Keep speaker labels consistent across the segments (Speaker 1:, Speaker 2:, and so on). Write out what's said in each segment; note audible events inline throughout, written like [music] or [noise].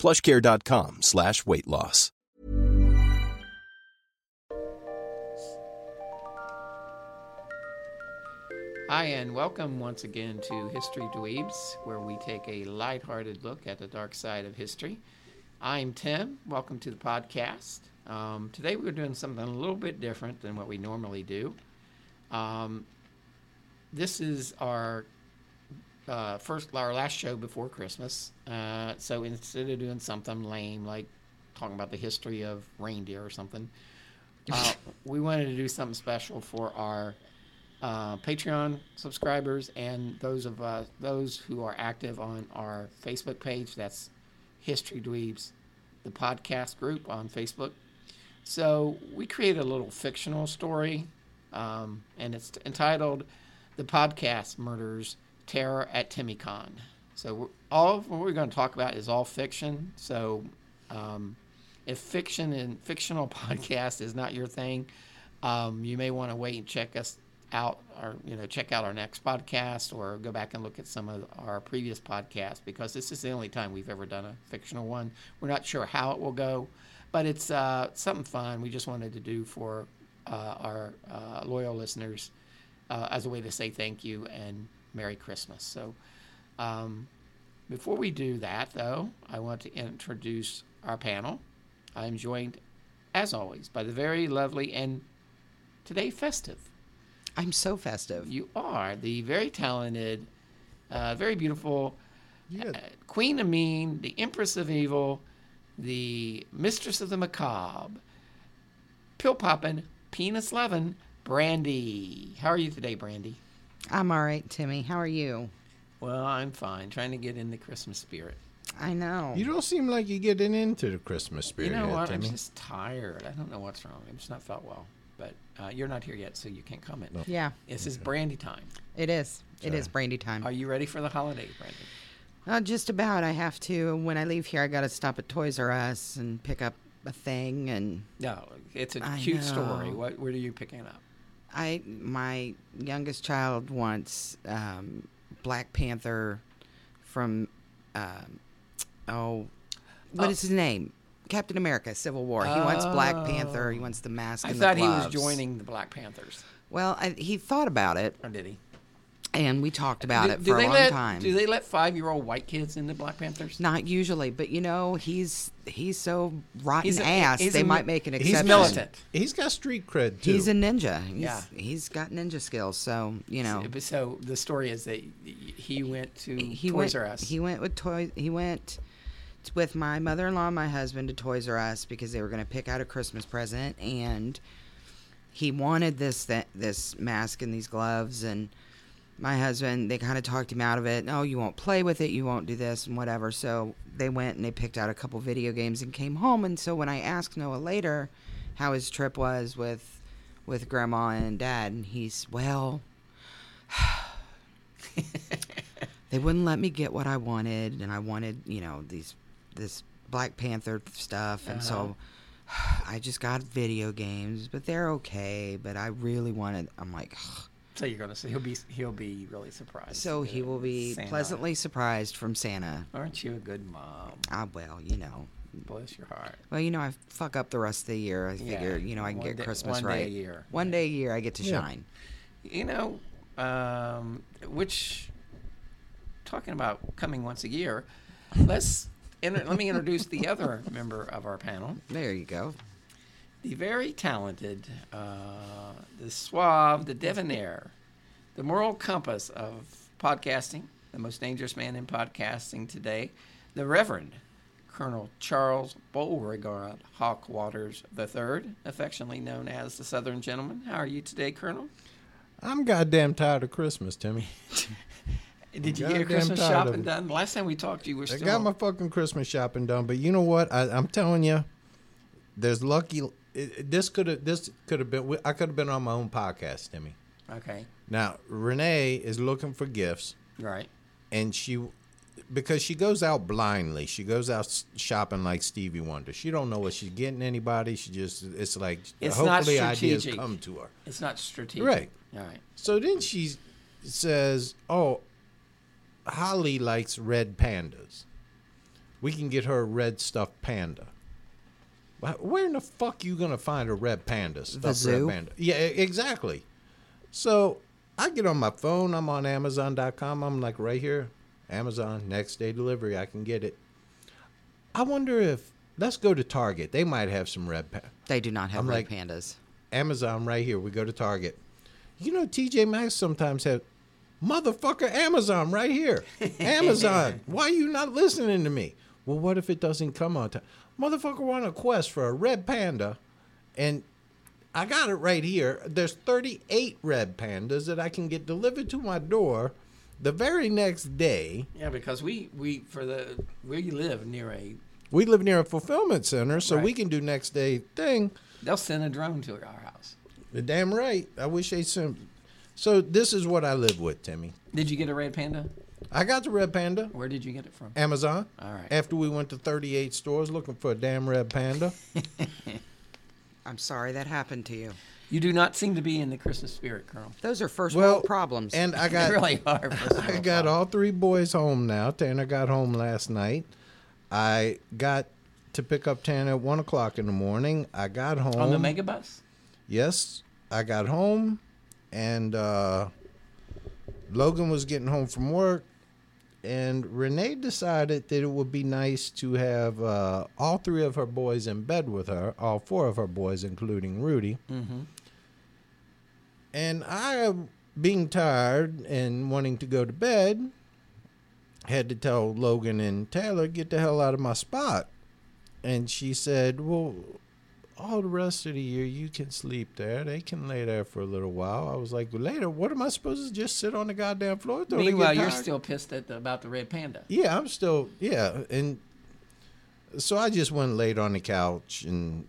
Speaker 1: Plushcare.com slash weight loss.
Speaker 2: Hi, and welcome once again to History Dweebs, where we take a lighthearted look at the dark side of history. I'm Tim. Welcome to the podcast. Um, today we're doing something a little bit different than what we normally do. Um, this is our uh, first, our last show before Christmas. Uh, so instead of doing something lame like talking about the history of reindeer or something, uh, we wanted to do something special for our uh, Patreon subscribers and those of uh, those who are active on our Facebook page. That's History Dweebs, the podcast group on Facebook. So we created a little fictional story, um, and it's entitled "The Podcast Murders: Terror at Timicon." So we're, all of what we're going to talk about is all fiction. So um, if fiction and fictional [laughs] podcast is not your thing, um, you may want to wait and check us out or you know check out our next podcast or go back and look at some of our previous podcasts because this is the only time we've ever done a fictional one. We're not sure how it will go, but it's uh, something fun. We just wanted to do for uh, our uh, loyal listeners uh, as a way to say thank you and Merry Christmas. So. Um, before we do that, though, I want to introduce our panel. I'm joined, as always, by the very lovely and today festive.
Speaker 3: I'm so festive.
Speaker 2: You are the very talented, uh, very beautiful
Speaker 4: Yeah.
Speaker 2: uh, Queen Amine, the Empress of Evil, the Mistress of the Macabre, Pill Poppin', Penis Levin, Brandy. How are you today, Brandy?
Speaker 3: I'm all right, Timmy. How are you?
Speaker 2: Well, I'm fine. Trying to get in the Christmas spirit.
Speaker 3: I know.
Speaker 4: You don't seem like you're getting into the Christmas
Speaker 2: You
Speaker 4: spirit,
Speaker 2: know
Speaker 4: yet,
Speaker 2: what? I'm
Speaker 4: Timmy.
Speaker 2: just tired. I don't know what's wrong. I'm just not felt well. But uh, you're not here yet, so you can't comment.
Speaker 3: yeah,
Speaker 2: This is brandy time.
Speaker 3: it is. It is brandy time.
Speaker 2: Are you ready for the holiday, Brandy?
Speaker 3: Uh, just about. I have to. When I leave here, I got to stop at Toys R Us and pick up a thing. And
Speaker 2: No, it's a
Speaker 3: I
Speaker 2: cute story.
Speaker 3: know.
Speaker 2: What? What are you picking up?
Speaker 3: I, my youngest child wants um, Black Panther from, um, oh, what is
Speaker 2: Oh.
Speaker 3: his name? Captain America: Civil War. He wants Black Panther. He wants the mask.
Speaker 2: Oh. I
Speaker 3: and
Speaker 2: thought
Speaker 3: the
Speaker 2: he was
Speaker 3: gloves.
Speaker 2: joining the Black Panthers,
Speaker 3: Well, I, he thought about it,
Speaker 2: or did he?
Speaker 3: and we talked about
Speaker 2: do,
Speaker 3: it
Speaker 2: do
Speaker 3: for a
Speaker 2: they
Speaker 3: long
Speaker 2: let,
Speaker 3: time.
Speaker 2: Do they let five-year-old white kids into Black Panthers?
Speaker 3: Not usually, but you know, he's he's so rotten
Speaker 2: He's a-
Speaker 3: ass.
Speaker 2: he's a
Speaker 3: they
Speaker 2: mi-
Speaker 3: might make an
Speaker 4: He's
Speaker 3: exception.
Speaker 2: militant.
Speaker 4: He's got street cred too.
Speaker 3: He's a ninja. He's,
Speaker 2: Yeah.
Speaker 3: he's got ninja skills. So you know,
Speaker 2: But So the story is that he went to
Speaker 3: he
Speaker 2: Toys
Speaker 3: went.
Speaker 2: R Us.
Speaker 3: He went with toy. He went t- with my mother-in-law, and my husband, to Toys R Us because they were going to pick out a Christmas present, and he wanted this that this mask and these gloves and. My husband, they kind of talked him out of it. Oh, you won't play with it. You won't do this and whatever. So they went and they picked out a couple video games and came home. And so when I asked Noah later how his trip was with with grandma and dad, and he's well, they wouldn't let me get what I wanted, and I wanted, you know, these this Black Panther stuff, and
Speaker 2: Uh-huh.
Speaker 3: so [sighs] I just got video games, but they're okay. But I really wanted. I'm like,
Speaker 2: so you're gonna see. He'll be. He'll be really surprised.
Speaker 3: so he will be
Speaker 2: Santa.
Speaker 3: pleasantly surprised from Santa.
Speaker 2: Aren't you a good mom?
Speaker 3: Ah, well, you know.
Speaker 2: Bless your heart.
Speaker 3: Well, you know, I fuck up the rest of the year. I
Speaker 2: Yeah,
Speaker 3: figure, you know, I can
Speaker 2: one
Speaker 3: get
Speaker 2: day-
Speaker 3: Christmas
Speaker 2: one day a
Speaker 3: right.
Speaker 2: year.
Speaker 3: One day a year, I get to shine.
Speaker 2: You know, um, which talking about coming once a year, let's inter- let me introduce the other member of our panel.
Speaker 3: There you go.
Speaker 2: the very talented, uh, the suave, the debonair, the moral compass of podcasting, the most dangerous man in podcasting today, the Reverend Colonel Charles Beauregard Hawk Waters III, affectionately known as the Southern Gentleman. How are you today, Colonel?
Speaker 4: I'm goddamn tired of Christmas, Timmy.
Speaker 2: [laughs] Did you
Speaker 4: Goddamn
Speaker 2: get your Christmas
Speaker 4: tired of
Speaker 2: shopping
Speaker 4: it.
Speaker 2: done? Last time we talked, you were
Speaker 4: I
Speaker 2: still.
Speaker 4: got my fucking Christmas shopping done, but you know what? I, I'm telling you, there's lucky. It, it- this could have this could have been. I could have been on my own podcast, Timmy.
Speaker 2: okay,
Speaker 4: Now Renee is looking for gifts,
Speaker 2: right.
Speaker 4: and she because she goes out blindly. She goes out s- shopping like Stevie Wonder. She don't know what she's getting anybody. She just it's like
Speaker 2: It's not
Speaker 4: hopefully ideas
Speaker 2: strategic.
Speaker 4: come to her.
Speaker 2: It's not strategic.
Speaker 4: Right.
Speaker 2: All right.
Speaker 4: So then she says, "Oh, Holly likes red pandas. We can get her a red stuffed panda." Why- Where in the fuck you gonna find a red panda? Stuffed
Speaker 3: zoo?
Speaker 4: Red panda? Yeah, e- exactly. So I get on my phone. I'm on Amazon.com. I'm like right here, Amazon next day delivery. I can get it. I wonder if let's go to Target. They might have some red panda.
Speaker 3: They do not have
Speaker 4: I'm
Speaker 3: red
Speaker 4: like-
Speaker 3: pandas.
Speaker 4: Amazon right here. We go to Target. You know, TJ Maxx sometimes have motherfucker Amazon right here. Amazon, why you not listening to me? Well, what if it doesn't come on time? Motherfucker, we're on a quest for a red panda, and I got it right here. There's 38 red pandas that I can get delivered to my door the very next day.
Speaker 2: Yeah, because we we for the we live near a
Speaker 4: We live near a fulfillment center, so we
Speaker 2: Right.
Speaker 4: can do next day thing.
Speaker 2: they'll send a drone to our house.
Speaker 4: The damn right. I wish they sent. So this is what I live with, Timmy.
Speaker 2: Did you get a red panda?
Speaker 4: I got the red panda,
Speaker 2: Where did you get it from?
Speaker 4: Amazon.
Speaker 2: All right.
Speaker 4: After we went to 38 stores looking for a damn
Speaker 2: [laughs]
Speaker 4: red panda.
Speaker 3: I'm sorry that happened to you.
Speaker 2: You do not seem to be in the Christmas spirit,
Speaker 4: [laughs]
Speaker 2: Colonel.
Speaker 3: Those are first
Speaker 4: well,
Speaker 3: world problems.
Speaker 2: [laughs]
Speaker 4: And I
Speaker 2: You
Speaker 4: got
Speaker 2: really are. first of
Speaker 4: I
Speaker 2: all.
Speaker 4: got all three boys home now. Tanner got home last night. I got to pick up Tanner at one o'clock in the morning. I got home.
Speaker 2: on the mega bus.
Speaker 4: yes, I got home, and uh, Logan was getting home from work. And Renee decided that it would be nice to have uh, all three of her boys in bed with her, all four of her boys, including Rudy.
Speaker 2: Mm-hmm.
Speaker 4: And I, being tired and wanting to go to bed, had to tell Logan and Taylor, get the hell out of my spot. And she said, Well, all the rest of the year you can sleep there. They can lay there for a little while. I was like, Later, what am I supposed to just sit on the goddamn floor? till they get
Speaker 2: Meanwhile, you're
Speaker 4: tired?"
Speaker 2: still pissed at the, about the red panda.
Speaker 4: Yeah, I'm still yeah, and so I just went and laid on the couch and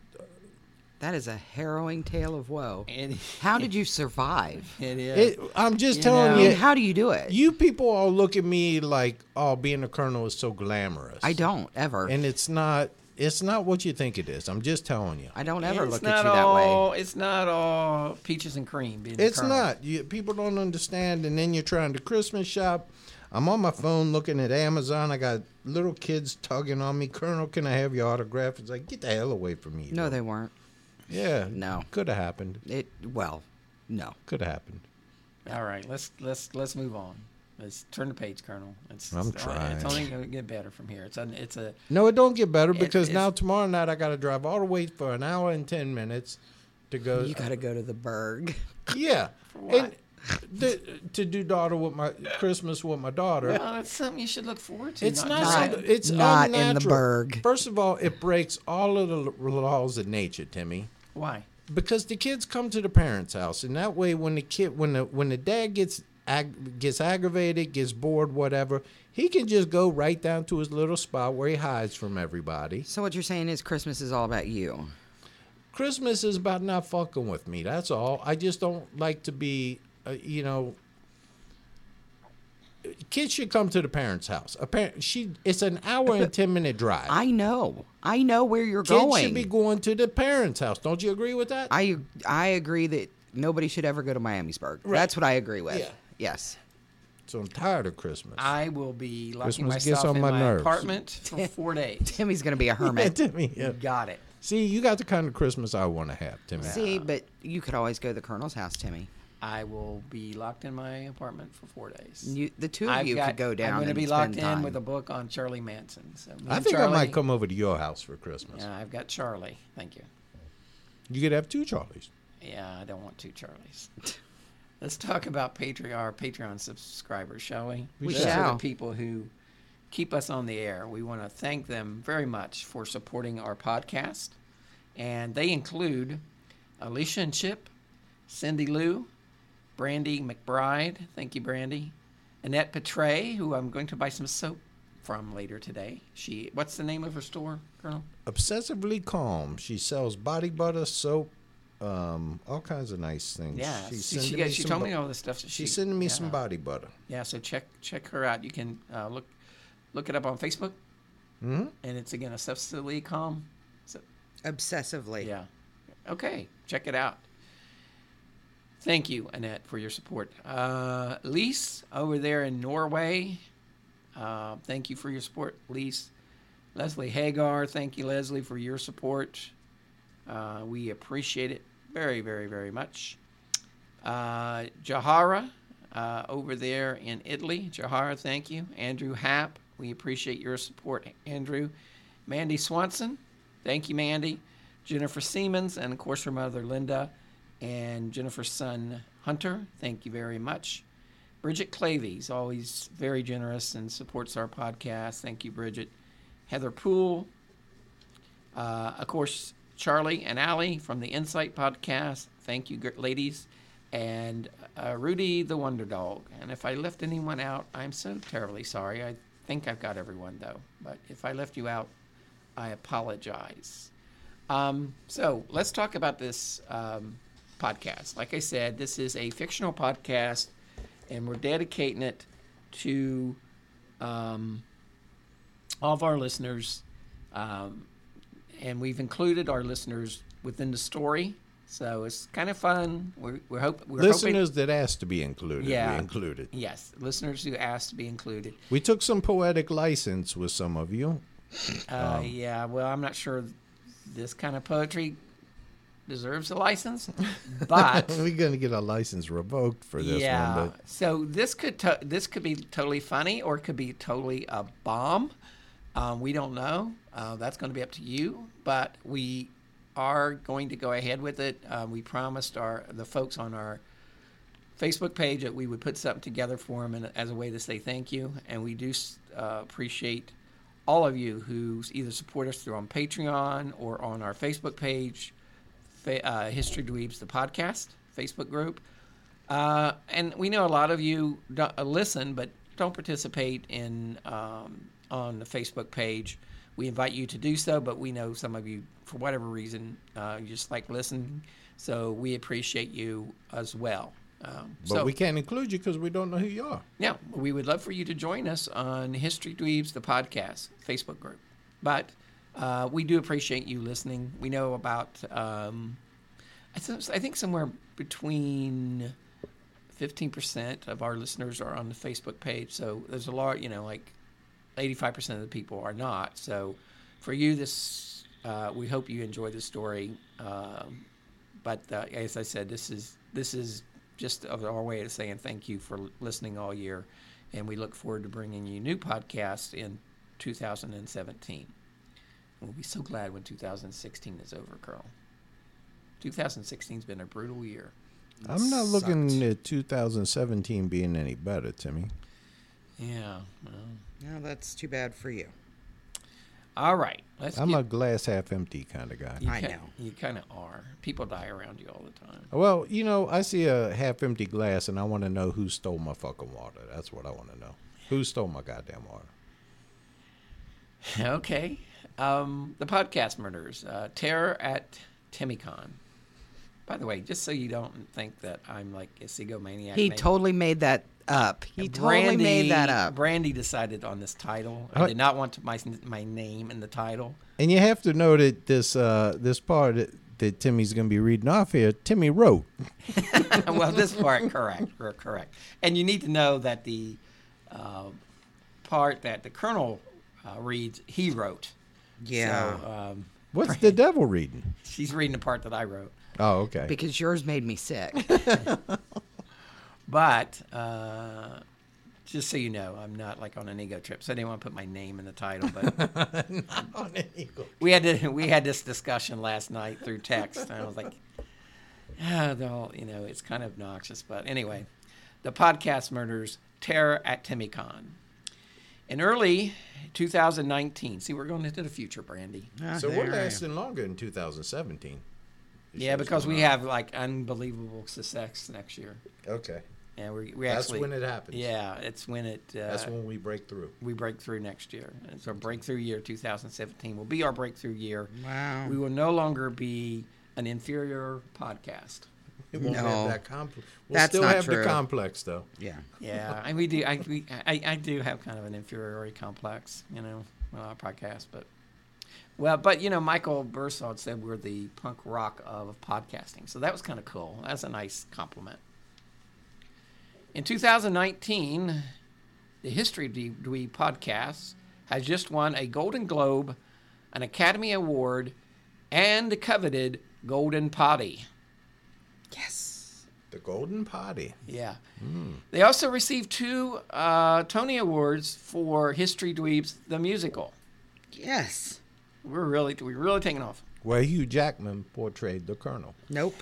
Speaker 3: that is a harrowing tale of woe.
Speaker 2: It,
Speaker 3: How did you survive?
Speaker 2: it is.
Speaker 4: it, I'm just
Speaker 2: You
Speaker 4: telling
Speaker 3: I
Speaker 2: know.
Speaker 3: mean,
Speaker 4: you,
Speaker 3: how do Uh, you do it?
Speaker 4: you people all look at me like, oh, being a colonel is so glamorous.
Speaker 3: I don't ever.
Speaker 4: and it's not. It's not what you think it is. I'm just telling you.
Speaker 3: I don't ever
Speaker 2: it's
Speaker 3: look
Speaker 2: not
Speaker 3: at you that way.
Speaker 2: all. It's not all peaches and cream. Being the
Speaker 4: It's
Speaker 2: Colonel.
Speaker 4: not. You, people don't understand. And then you're trying to Christmas shop. I'm on my phone looking at Amazon. I got little kids tugging on me. Colonel, can I have your autograph? It's like, get the hell away from me.
Speaker 3: No, they weren't.
Speaker 4: Yeah.
Speaker 3: No.
Speaker 4: Could have happened.
Speaker 3: It well, no.
Speaker 4: Could have happened.
Speaker 2: All right, let's let's let's move on. Let's turn the page, Colonel. It's,
Speaker 4: I'm
Speaker 2: it's only- It's
Speaker 4: trying.
Speaker 2: only going to get better from here. It's a, it's a
Speaker 4: No, it don't get better because
Speaker 2: it's-
Speaker 4: now tomorrow night I got to drive all the way for an hour and ten minutes to go.
Speaker 3: You gotta go to the Berg. [laughs]
Speaker 4: yeah,
Speaker 2: what?
Speaker 4: And to, to do daughter with my Christmas with my daughter.
Speaker 2: [laughs] well, it's something you should look forward to.
Speaker 4: It's not.
Speaker 2: just-
Speaker 4: something- it's
Speaker 3: not in the
Speaker 4: unnatural.
Speaker 3: Berg.
Speaker 4: First of all, it breaks all of the l- laws of nature, Timmy.
Speaker 2: why.
Speaker 4: Because the kids come to the parents' house, and that way, when the kid, when the when the dad gets ag- gets aggravated, gets bored, whatever, he can just go right down to his little spot where he hides from everybody.
Speaker 3: So what you're saying is Christmas is all about you.
Speaker 4: Christmas is about not fucking with me. That's all. I just don't like to be, uh, you know. Kids should come to the parents' house. A parent, she. It's an hour and ten minute drive.
Speaker 3: I know. I know where you're
Speaker 4: Kids
Speaker 3: going.
Speaker 4: should be going to the parents' house. Don't you agree with that?
Speaker 3: I I agree that nobody should ever go to Miamisburg. That's what I agree with.
Speaker 4: Yeah.
Speaker 3: Yes.
Speaker 4: so I'm tired of Christmas. [laughs]
Speaker 2: I will be locking
Speaker 4: Christmas gets
Speaker 2: myself
Speaker 4: on
Speaker 2: in
Speaker 4: my
Speaker 2: my,
Speaker 4: nerves. [laughs]
Speaker 2: apartment for four days.
Speaker 3: Timmy's gonna [laughs] be a
Speaker 4: Yeah,
Speaker 3: hermit.
Speaker 4: Timmy, yeah.
Speaker 2: Got it.
Speaker 4: See, you got the kind of Christmas I want to have, Timmy.
Speaker 3: See, but you could always go to the Colonel's house, Timmy.
Speaker 2: I will be locked in my apartment for four days.
Speaker 3: You, the 2 of
Speaker 2: I've
Speaker 3: you
Speaker 2: got-
Speaker 3: could go down.
Speaker 2: I'm gonna
Speaker 3: and
Speaker 2: be
Speaker 3: spend
Speaker 2: locked
Speaker 3: time.
Speaker 2: in with a book on Charlie Manson. So me
Speaker 4: I
Speaker 2: and
Speaker 4: think I
Speaker 2: Charlie-
Speaker 4: might come over to your house for Christmas.
Speaker 2: Yeah, I've got Charlie. Thank you.
Speaker 4: You could have two Charlies.
Speaker 2: Yeah, I don't want two Charlies. [laughs] Let's talk about Patreon, our Patreon subscribers, shall we?
Speaker 3: We
Speaker 2: Those are
Speaker 3: shall.
Speaker 2: the people who keep us on the air. We want to thank them very much for supporting our podcast. And they include Alicia and Chip, Cindy Lou, Brandy McBride. Thank you, Brandy. Annette Petray, who I'm going to buy some soap from later today. She, what's the name of her store, Colonel?
Speaker 4: Obsessively calm. She sells body butter, soap, um, all kinds of nice things.
Speaker 2: Yeah,
Speaker 4: She's
Speaker 2: she,
Speaker 4: sending
Speaker 2: she, she
Speaker 4: some
Speaker 2: told
Speaker 4: bo-
Speaker 2: me all the stuff. that
Speaker 4: She's
Speaker 2: she-
Speaker 4: sending me
Speaker 2: yeah.
Speaker 4: some body butter.
Speaker 2: Yeah, so check check her out. You can uh, look look it up on Facebook,
Speaker 4: hmm
Speaker 2: and it's again obsessively calm. So,
Speaker 3: Obsessively.
Speaker 2: yeah, okay, check it out. Thank you, Annette, for your support. Uh, Lise over there in Norway, uh, thank you for your support, Lise. Leslie Hagar, thank you, Leslie, for your support. Uh, we appreciate it very, very, very much. Uh, Jahara uh, over there in Italy. Jahara, thank you. Andrew Happ, we appreciate your support, Andrew. Mandy Swanson, thank you, Mandy. Jennifer Siemens, and of course her mother, Linda, and Jennifer's son, Hunter, thank you very much. Bridget Clavy's always very generous and supports our podcast. Thank you, Bridget. Heather Poole, uh, of course, Charlie and Allie from the Insight Podcast. Thank you, gr- ladies. And uh, Rudy the Wonder Dog. And if I left anyone out, I'm so terribly sorry. I think I've got everyone, though. But if I left you out, I apologize. Um, so let's talk about this um, podcast. Like I said, this is a fictional podcast, and we're dedicating it to um, all of our listeners. Um, and we've included our listeners within the story. So it's kind of fun. We're, we're, hope, we're hoping.
Speaker 4: Listeners that asked to be included,
Speaker 2: Yeah.
Speaker 4: we included.
Speaker 2: Yes, listeners who asked to be included.
Speaker 4: We took some poetic license with some of you. [laughs]
Speaker 2: Uh, yeah, well, I'm not sure this kind of poetry deserves a license, but
Speaker 4: We're going to get our license revoked for this
Speaker 2: yeah.
Speaker 4: one. But
Speaker 2: So this could to- this could be totally funny, or it could be totally a bomb. Um, we don't know. Uh, that's going to be up to you. But we are going to go ahead with it. Uh, we promised our the folks on our Facebook page that we would put something together for them and, as a way to say thank you. And we do uh, appreciate all of you who either support us through on Patreon or on our Facebook page, fa- uh, History Dweebs, the podcast Facebook group. Uh, and we know a lot of you do- uh, listen, but don't participate in um, on the Facebook page. We invite you to do so, but we know some of you, for whatever reason, uh, you just like listening. So we appreciate you as well. Um,
Speaker 4: but
Speaker 2: so,
Speaker 4: we can't include you because we don't know who you are.
Speaker 2: now, we would love for you to join us on History Dweebs, the podcast Facebook group. But uh, we do appreciate you listening. We know about, um, I, th- I think somewhere between 15% of our listeners are on the Facebook page. So there's a lot, you know, like 85% of the people are not. So for you, this, uh, we hope you enjoy the story. Um, but uh, as I said, this is this is just of our way of saying thank you for listening all year, and we look forward to bringing you new podcasts in 2017. We'll be so glad when 2016 is over, Carl. 2016's been a brutal year.
Speaker 4: I'm not looking at 2017 being any better, Timmy.
Speaker 2: Yeah. well.
Speaker 3: No, Oh, that's too bad for you.
Speaker 2: All right. Let's.
Speaker 4: I'm
Speaker 2: get-
Speaker 4: a glass half empty kind of guy.
Speaker 2: you
Speaker 3: I
Speaker 2: ki-
Speaker 3: know.
Speaker 2: You kind of are. People die around you all the time.
Speaker 4: Well, you know, I see a half empty glass and I want to know who stole my fucking water. That's what I want to know. Who stole my goddamn water?
Speaker 2: Okay. Um, the podcast murders. Uh, terror at Timicon. By the way, just so you don't think that I'm like a egomaniac.
Speaker 3: He
Speaker 2: maybe-
Speaker 3: totally made that up. He totally made that
Speaker 2: Brandy-
Speaker 3: up.
Speaker 2: Brandy decided on this title. I
Speaker 4: Alright.
Speaker 2: did not want to, my my name in the title. [laughs]
Speaker 4: And you have to know that this uh, this part that, that Timmy's going to be reading off here, Timmy wrote.
Speaker 2: well, this part correct, [laughs] cor- correct. And you need to know that the uh, part that the colonel uh, reads, he wrote.
Speaker 3: yeah.
Speaker 2: So, um,
Speaker 4: What's the devil reading?
Speaker 2: she's reading the part that I wrote.
Speaker 4: Oh, okay.
Speaker 2: [laughs]
Speaker 3: [laughs] because yours made me sick.
Speaker 2: But uh, Just so you know, I'm not like on an ego trip, so I didn't want to put my name in the title.
Speaker 4: [laughs]
Speaker 2: But
Speaker 4: Not on an eagle.
Speaker 2: we had to, we had this discussion last night through text, and I was like, ah, they're all, you know, it's kind of obnoxious. But anyway, the podcast murders terror at Timicon. In early 2019, see, we're going into the future, Brandy.
Speaker 3: Ah,
Speaker 4: [laughs] So
Speaker 3: there
Speaker 4: we're
Speaker 3: I am.
Speaker 4: lasting longer in 2017. This
Speaker 2: Yeah,
Speaker 4: shit's
Speaker 2: because
Speaker 4: going
Speaker 2: we
Speaker 4: on.
Speaker 2: have like unbelievable success next year.
Speaker 4: Okay.
Speaker 2: And we, we
Speaker 4: That's
Speaker 2: actually,
Speaker 4: when it happens.
Speaker 2: Yeah, it's when it. Uh,
Speaker 4: That's when we break through.
Speaker 2: we break through next year. And it's our breakthrough year. 2017 will be our breakthrough year.
Speaker 3: Wow.
Speaker 2: We will no longer be an inferior podcast.
Speaker 4: It won't
Speaker 3: No.
Speaker 4: have that complex. We'll
Speaker 3: That's
Speaker 4: still
Speaker 3: not
Speaker 4: have
Speaker 3: true.
Speaker 4: the complex, though.
Speaker 3: Yeah.
Speaker 2: Yeah, and we do. I, we, I I do have kind of an inferiority complex, you know, on our podcast, but. Well, but you know, Michael Bursaud said we're the punk rock of podcasting, so that was kind of cool. That's a nice compliment. In 2019, the History Dwe- Dweeb podcast has just won a Golden Globe, an Academy Award, and the coveted Golden Potty.
Speaker 3: Yes.
Speaker 4: The Golden Potty.
Speaker 2: Yeah. They also received two uh, Tony Awards for History Dweebs the musical.
Speaker 3: Yes.
Speaker 2: We're really we're really taking off.
Speaker 4: Where Hugh Jackman portrayed the Colonel.
Speaker 3: Nope.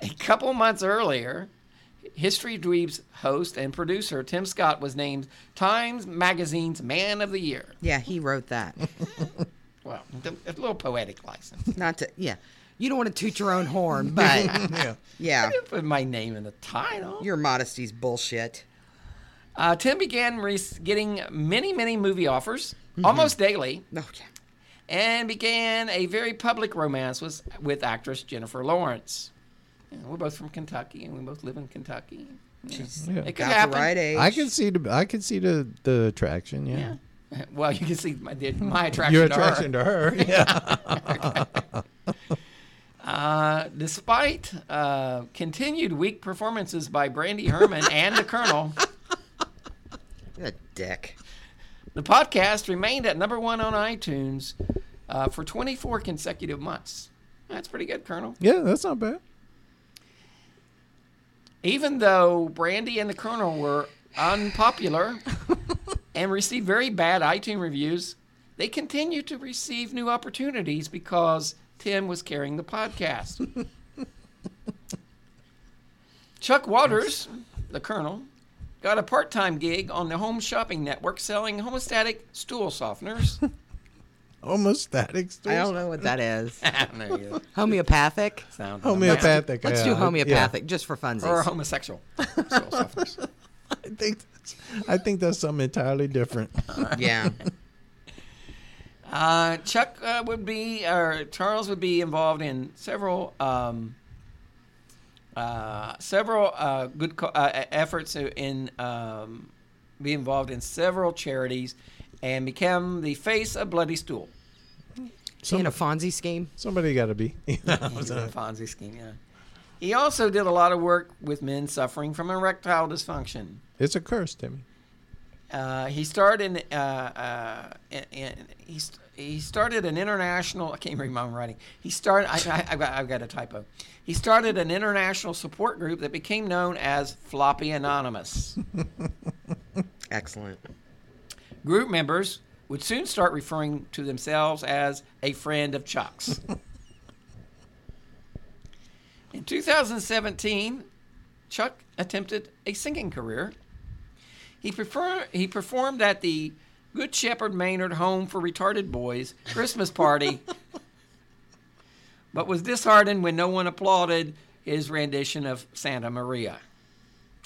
Speaker 2: A couple months earlier, History Dweebs host and producer Tim Scott was named Times Magazine's Man of the Year.
Speaker 3: Yeah, he wrote [laughs] that.
Speaker 2: Well, th- a little poetic license.
Speaker 3: Not to. Yeah. You don't want to toot your own [laughs] horn, but
Speaker 4: Yeah.
Speaker 3: [laughs] yeah,
Speaker 2: I didn't put my name in the title.
Speaker 3: your modesty's bullshit.
Speaker 2: Uh, Tim began re- getting many, many movie offers almost daily.
Speaker 3: Oh yeah.
Speaker 2: and began a very public romance with, with actress Jennifer Lawrence. You know, we're both from Kentucky, and we both live in Kentucky.
Speaker 3: She's
Speaker 4: Yeah.
Speaker 2: It could
Speaker 3: got
Speaker 2: happen.
Speaker 3: the right age.
Speaker 4: I can see the I can see the the attraction. Yeah,
Speaker 2: [laughs] Well, you can see my, the-
Speaker 4: [laughs]
Speaker 2: my attraction,
Speaker 4: your
Speaker 2: to
Speaker 4: attraction
Speaker 2: her.
Speaker 4: to
Speaker 3: [laughs]
Speaker 4: her. Yeah,
Speaker 2: Uh, despite uh, continued weak performances by Brandy
Speaker 4: [laughs]
Speaker 2: Herman and the Colonel,
Speaker 3: What a dick.
Speaker 2: the podcast remained at number one on iTunes uh, for 24 consecutive months. That's pretty good, Colonel.
Speaker 4: yeah, that's not bad.
Speaker 2: even though Brandy and the Colonel were unpopular and received very bad iTunes reviews, they continued to receive new opportunities because Tim was carrying the podcast. Chuck Waters, the Colonel, got a part time gig on the Home Shopping Network selling homostatic stool softeners.
Speaker 4: Almost static.
Speaker 3: I don't know what that is.
Speaker 2: Ah, There you go.
Speaker 3: Homeopathic.
Speaker 2: Sound
Speaker 4: [laughs] Homeopathic.
Speaker 3: Let's
Speaker 4: yeah,
Speaker 3: do
Speaker 4: I- yeah.
Speaker 3: homeopathic just for funsies.
Speaker 2: Or homosexual. stool softeners.
Speaker 4: I think that's, I think that's something
Speaker 3: [laughs]
Speaker 4: entirely different.
Speaker 3: yeah.
Speaker 2: Uh, Chuck uh, would be, or Charles would be involved in several, um, uh, several uh, good co- uh, efforts in um, be involved in several charities, and become the face of Bloody Stool.
Speaker 3: In a Fonzie scheme.
Speaker 4: Somebody got
Speaker 3: [laughs]
Speaker 4: to be.
Speaker 2: was a Fonzie scheme. Yeah. He also did a lot of work with men suffering from erectile dysfunction.
Speaker 4: it's a curse, Timmy.
Speaker 2: Uh, he started in, uh, uh, in, in- he, st- he started an international. I can't even read my own writing. He started. I, I, I've, got, I've got a typo. He started an international support group that became known as Floppy Anonymous. [laughs]
Speaker 3: Excellent.
Speaker 2: group members would soon start referring to themselves as a friend of Chuck's. In 2017, Chuck attempted a singing career. He, prefer- he performed at the Good Shepherd Maynard Home for Retarded Boys Christmas party, [laughs] but was disheartened when no one applauded his rendition of Santa Maria.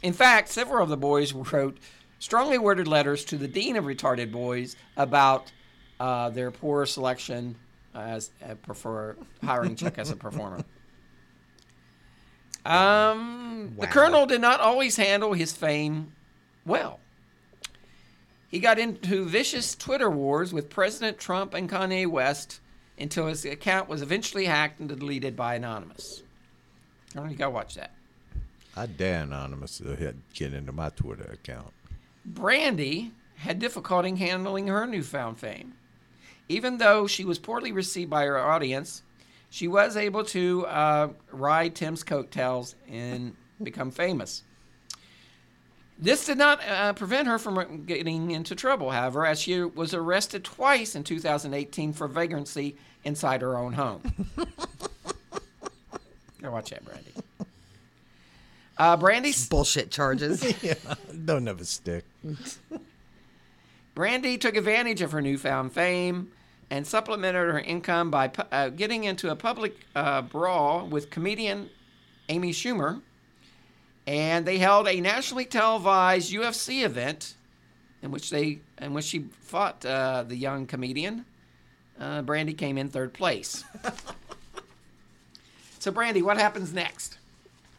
Speaker 2: In fact, several of the boys wrote strongly worded letters to the dean of retarded boys about uh, their poor selection as uh, prefer hiring Chuck as a performer. Um, The
Speaker 3: Wow.
Speaker 2: colonel did not always handle his fame well. He got into vicious Twitter wars with President Trump and Kanye West until his account was eventually hacked and deleted by Anonymous. Colonel, you gotta watch that.
Speaker 4: I dare anonymous to hit- get into my Twitter account.
Speaker 2: Brandy had difficulty handling her newfound fame. Even though she was poorly received by her audience, she was able to uh, ride Tim's coattails and become famous. This did not uh, prevent her from getting into trouble, however, as she was arrested twice in 2018 for vagrancy inside her own home. Gotta watch that, Brandy. Uh, Brandy's
Speaker 3: Bullshit [laughs] charges.
Speaker 4: Don't ever stick.
Speaker 2: Brandy took advantage of her newfound fame and supplemented her income by pu- uh, getting into a public uh, brawl with comedian Amy Schumer. And they held a nationally televised UFC event in which they in which she fought uh, the young comedian. Uh, Brandy came in third place. so, Brandy, what happens next?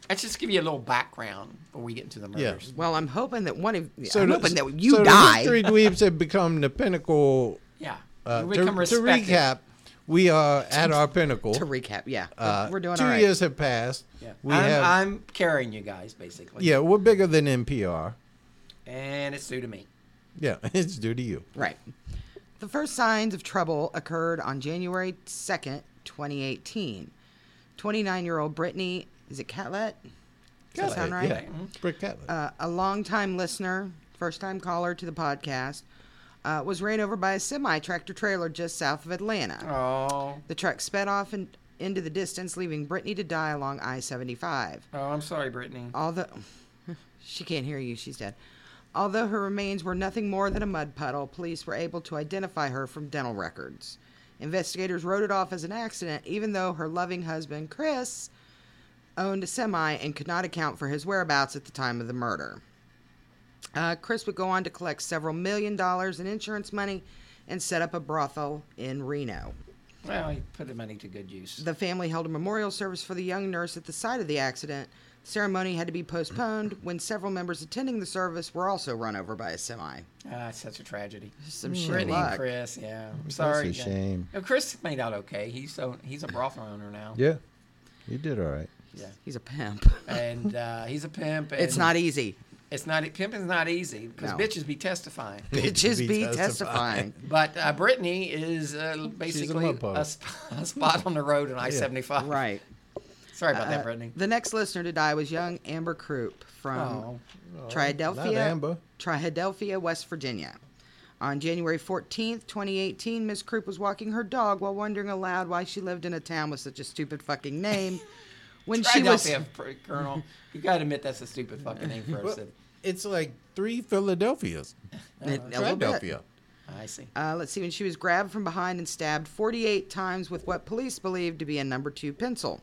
Speaker 2: Let's just give you a little background before we get into the
Speaker 4: Yeah.
Speaker 2: murders.
Speaker 3: well, I'm hoping that one of
Speaker 4: the-
Speaker 3: I'm hoping that you
Speaker 4: so
Speaker 3: die.
Speaker 4: The three dweebs have become the pinnacle.
Speaker 2: Yeah.
Speaker 4: Uh,
Speaker 2: You
Speaker 4: to,
Speaker 2: become
Speaker 4: to
Speaker 2: respected.
Speaker 4: recap, we are at our pinnacle.
Speaker 3: to recap, yeah,
Speaker 4: Uh,
Speaker 3: we're doing
Speaker 4: two
Speaker 3: all right.
Speaker 4: years have passed.
Speaker 2: Yeah.
Speaker 4: We
Speaker 2: I'm,
Speaker 4: have,
Speaker 2: I'm carrying you guys basically.
Speaker 4: yeah, we're bigger than NPR.
Speaker 2: And it's due to me.
Speaker 4: Yeah, [laughs] it's due to you.
Speaker 3: Right. The first signs of trouble occurred on January 2nd, 2018. 29 year old Brittany, is it Catlett? Does that sound right?
Speaker 4: Yeah. Brick Catlett.
Speaker 3: Uh, a longtime listener, first time caller to the podcast, uh, was ran over by a semi tractor trailer just south of Atlanta.
Speaker 2: Oh,
Speaker 3: The truck sped off in, into the distance, leaving Brittany to die along I 75.
Speaker 2: oh, I'm sorry, Brittany.
Speaker 3: Although [laughs] she can't hear you, she's dead. Although her remains were nothing more than a mud puddle, police were able to identify her from dental records. Investigators wrote it off as an accident, even though her loving husband, Chris, owned a semi and could not account for his whereabouts at the time of the murder. Uh, Chris would go on to collect several million dollars in insurance money and set up a brothel in Reno.
Speaker 2: Well, you put the money to good use.
Speaker 3: The family held a memorial service for the young nurse at the site of the accident. The ceremony had to be postponed when several members attending the service were also run over by a semi.
Speaker 2: Ah, it's such a tragedy.
Speaker 3: Some shit
Speaker 2: Brittany and
Speaker 3: luck.
Speaker 2: Chris, yeah. I'm sorry.
Speaker 4: a
Speaker 2: guys.
Speaker 4: shame.
Speaker 2: No, Chris made out okay. He's so he's a brothel owner now.
Speaker 4: yeah, you did all right.
Speaker 2: Yeah.
Speaker 3: He's a pimp.
Speaker 2: And uh, he's a pimp. And
Speaker 3: It's not easy.
Speaker 2: It's not. Pimping's not easy because
Speaker 3: No.
Speaker 2: bitches be testifying.
Speaker 3: Bitches
Speaker 4: be
Speaker 3: be
Speaker 4: testifying.
Speaker 3: testifying.
Speaker 2: But uh, Brittany is uh, basically
Speaker 4: mud puddle.
Speaker 2: a, sp- [laughs] a spot on the road in I-75.
Speaker 3: Right.
Speaker 2: Sorry about
Speaker 3: Uh,
Speaker 2: that, Brittany.
Speaker 3: the next listener to die was young Amber Croup from
Speaker 2: Oh.
Speaker 4: not
Speaker 3: Triadelphia,
Speaker 4: Amber.
Speaker 3: Triadelphia, West Virginia. On January 14th, 2018, Miss Croup was walking her dog while wondering aloud why she lived in a town with such a stupid fucking name. When she was
Speaker 2: Philadelphia, pr-
Speaker 3: [laughs]
Speaker 2: Colonel. You gotta admit that's a stupid fucking name for a city.
Speaker 4: It's like three Philadelphias.
Speaker 3: A little bit.
Speaker 4: Philadelphia.
Speaker 2: I see.
Speaker 3: Uh, let's see, when she was grabbed from behind and stabbed 48 times with what police believed to be a number two pencil.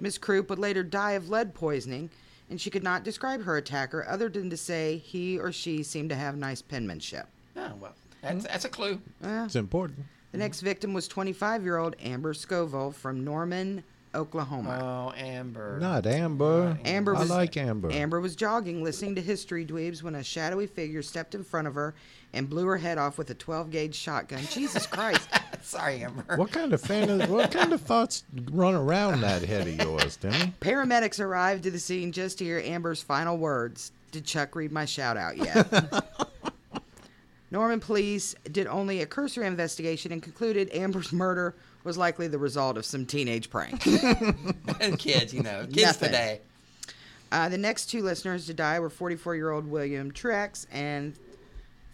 Speaker 3: Miss Croup would later die of lead poisoning, and she could not describe her attacker other than to say he or she seemed to have nice penmanship.
Speaker 2: Oh well, that's that's a clue.
Speaker 4: It's important.
Speaker 3: The next victim was 25 year old Amber Scoville from Norman, Oklahoma.
Speaker 2: Oh, Amber.
Speaker 4: Not Amber.
Speaker 3: Amber
Speaker 4: Uh, I
Speaker 3: was-
Speaker 4: like Amber.
Speaker 3: Amber was jogging, listening to History Dweebs, when a shadowy figure stepped in front of her and blew her head off with a 12 gauge shotgun. Jesus
Speaker 4: [laughs]
Speaker 3: Christ.
Speaker 2: Sorry, Amber. [laughs]
Speaker 4: What kind of fan- What kind of thoughts run around that head of yours, Timmy?
Speaker 3: Paramedics arrived to the scene just to hear Amber's final words. Did Chuck read my shout out yet? Norman police did only a cursory investigation and concluded Amber's murder was likely the result of some teenage prank.
Speaker 2: kids, you
Speaker 3: [laughs]
Speaker 2: know, kids
Speaker 3: Nothing.
Speaker 2: today.
Speaker 3: uh, the next two listeners to die were 44 year old William Trex and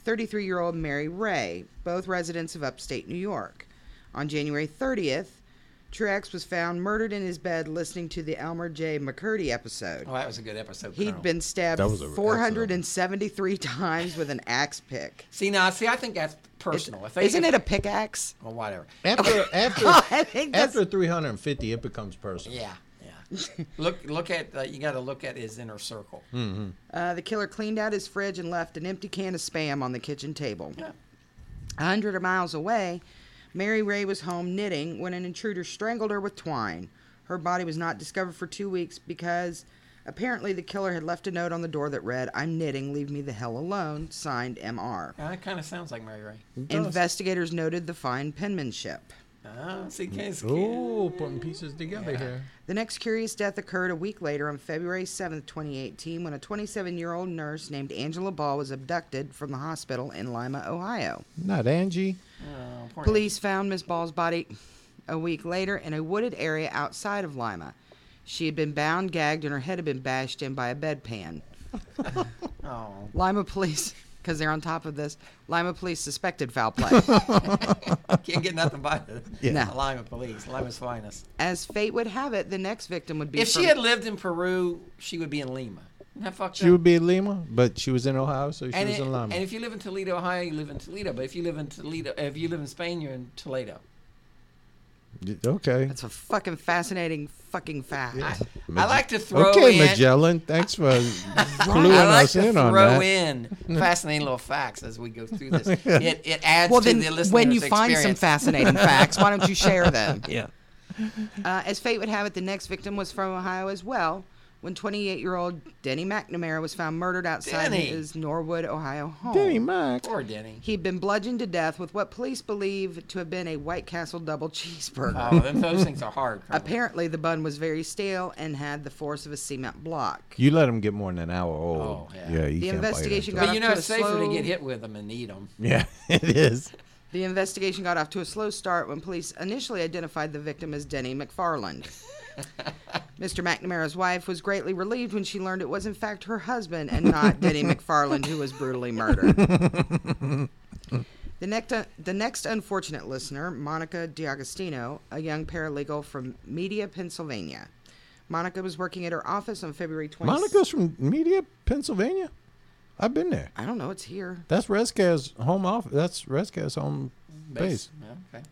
Speaker 3: 33 year old Mary Ray, both residents of upstate New York. On January 30th, Trex was found murdered in his bed listening to the Elmer J. McCurdy episode.
Speaker 2: Oh, that was a good episode.
Speaker 3: He'd
Speaker 2: Colonel.
Speaker 3: been stabbed
Speaker 4: That was a-
Speaker 3: 473 [laughs] times with an axe pick.
Speaker 2: See now, see, I think that's personal. If they,
Speaker 3: Isn't it a pickaxe? [laughs]
Speaker 2: Well, whatever.
Speaker 4: After after
Speaker 3: I think that's-
Speaker 4: after 350, it becomes personal.
Speaker 2: Yeah,
Speaker 3: [laughs]
Speaker 2: yeah. look, look at uh, you. Got to look at his inner circle.
Speaker 3: Uh, the killer cleaned out his fridge and left an empty can of spam on the kitchen table.
Speaker 2: Yeah.
Speaker 3: A hundred of miles away, Mary Ray was home knitting when an intruder strangled her with twine. Her body was not discovered for two weeks because apparently the killer had left a note on the door that read, I'm knitting, leave me the hell alone, signed MR.
Speaker 2: Yeah, that kind of sounds like Mary Ray.
Speaker 3: Investigators noted the fine penmanship.
Speaker 2: Oh, see,
Speaker 3: Mm.
Speaker 2: kids.
Speaker 4: Oh, putting pieces together here.
Speaker 3: The next curious death occurred a week later on February 7, 2018, when a 27 year old nurse named Angela Ball was abducted from the hospital in Lima, Ohio.
Speaker 4: Not Angie.
Speaker 2: Oh, poor
Speaker 3: Police found Miss Ball's body a week later in a wooded area outside of Lima. She had been bound, gagged, and her head had been bashed in by a bedpan.
Speaker 2: Oh,
Speaker 3: Lima police, [laughs] because they're on top of this, Lima police suspected foul play.
Speaker 2: can't get nothing by the
Speaker 3: [laughs] Yeah.
Speaker 2: the Lima police. Lima's finest.
Speaker 3: As fate would have it, the next victim would be
Speaker 2: If she
Speaker 3: from-
Speaker 2: had lived in Peru, she would be in Lima. Isn't that fucked
Speaker 4: She
Speaker 2: up?
Speaker 4: would be in Lima, but she was in Ohio, so she
Speaker 2: and,
Speaker 4: was
Speaker 2: it-
Speaker 4: in Lima.
Speaker 2: and if you live in Toledo, Ohio, you live in Toledo. But if you live in Toledo, if you live in Spain, you're in Toledo.
Speaker 4: okay.
Speaker 3: That's a fucking fascinating fucking fact.
Speaker 2: I, I
Speaker 4: Mag-
Speaker 2: like to throw
Speaker 4: Okay,
Speaker 2: in.
Speaker 4: Magellan. Thanks for cluing
Speaker 2: I like
Speaker 4: us
Speaker 2: to
Speaker 4: in on
Speaker 2: throw
Speaker 4: that.
Speaker 2: in
Speaker 4: [laughs]
Speaker 2: fascinating little facts as we go through this. It, it adds
Speaker 3: Well,
Speaker 2: to
Speaker 3: then
Speaker 2: the listener's
Speaker 3: when you find some
Speaker 2: experience.
Speaker 3: fascinating facts, why don't you
Speaker 2: [laughs]
Speaker 3: share them?
Speaker 4: Yeah.
Speaker 3: Uh, as fate would have it, the next victim was from Ohio as well. When 28-year-old Denny McNamara was found murdered outside
Speaker 2: Denny.
Speaker 3: his Norwood, Ohio home.
Speaker 4: Danny Mac.
Speaker 2: Poor Denny.
Speaker 3: He'd been bludgeoned to death with what police believe to have been a White Castle double [laughs] cheeseburger.
Speaker 2: Oh, them, those things are hard. Colonel.
Speaker 3: Apparently, the bun was very stale and had the force of a cement block.
Speaker 4: You let him get more than an hour old.
Speaker 2: Oh, yeah.
Speaker 4: yeah. you
Speaker 3: The
Speaker 4: can't bite
Speaker 3: investigation
Speaker 4: into it.
Speaker 2: But you know,
Speaker 3: Got
Speaker 2: it's
Speaker 3: to a
Speaker 2: safer to
Speaker 3: slow-
Speaker 2: get hit with them and eat them.
Speaker 4: Yeah, [laughs] it is.
Speaker 3: The investigation got off to a slow start when police initially identified the victim as Denny McFarland. Mr. McNamara's wife was greatly relieved when she learned it was, in fact, her husband and not Denny McFarland who was brutally murdered. The next, the next unfortunate listener, Monica DiAgostino, a young paralegal from Media, Pennsylvania. Monica was working at her office on February 20th.
Speaker 4: Monica's from Media, Pennsylvania. I've been there.
Speaker 3: I don't know, it's here.
Speaker 4: That's Rescat's home office. That's Rescat's home base.
Speaker 2: Base. Yeah, okay.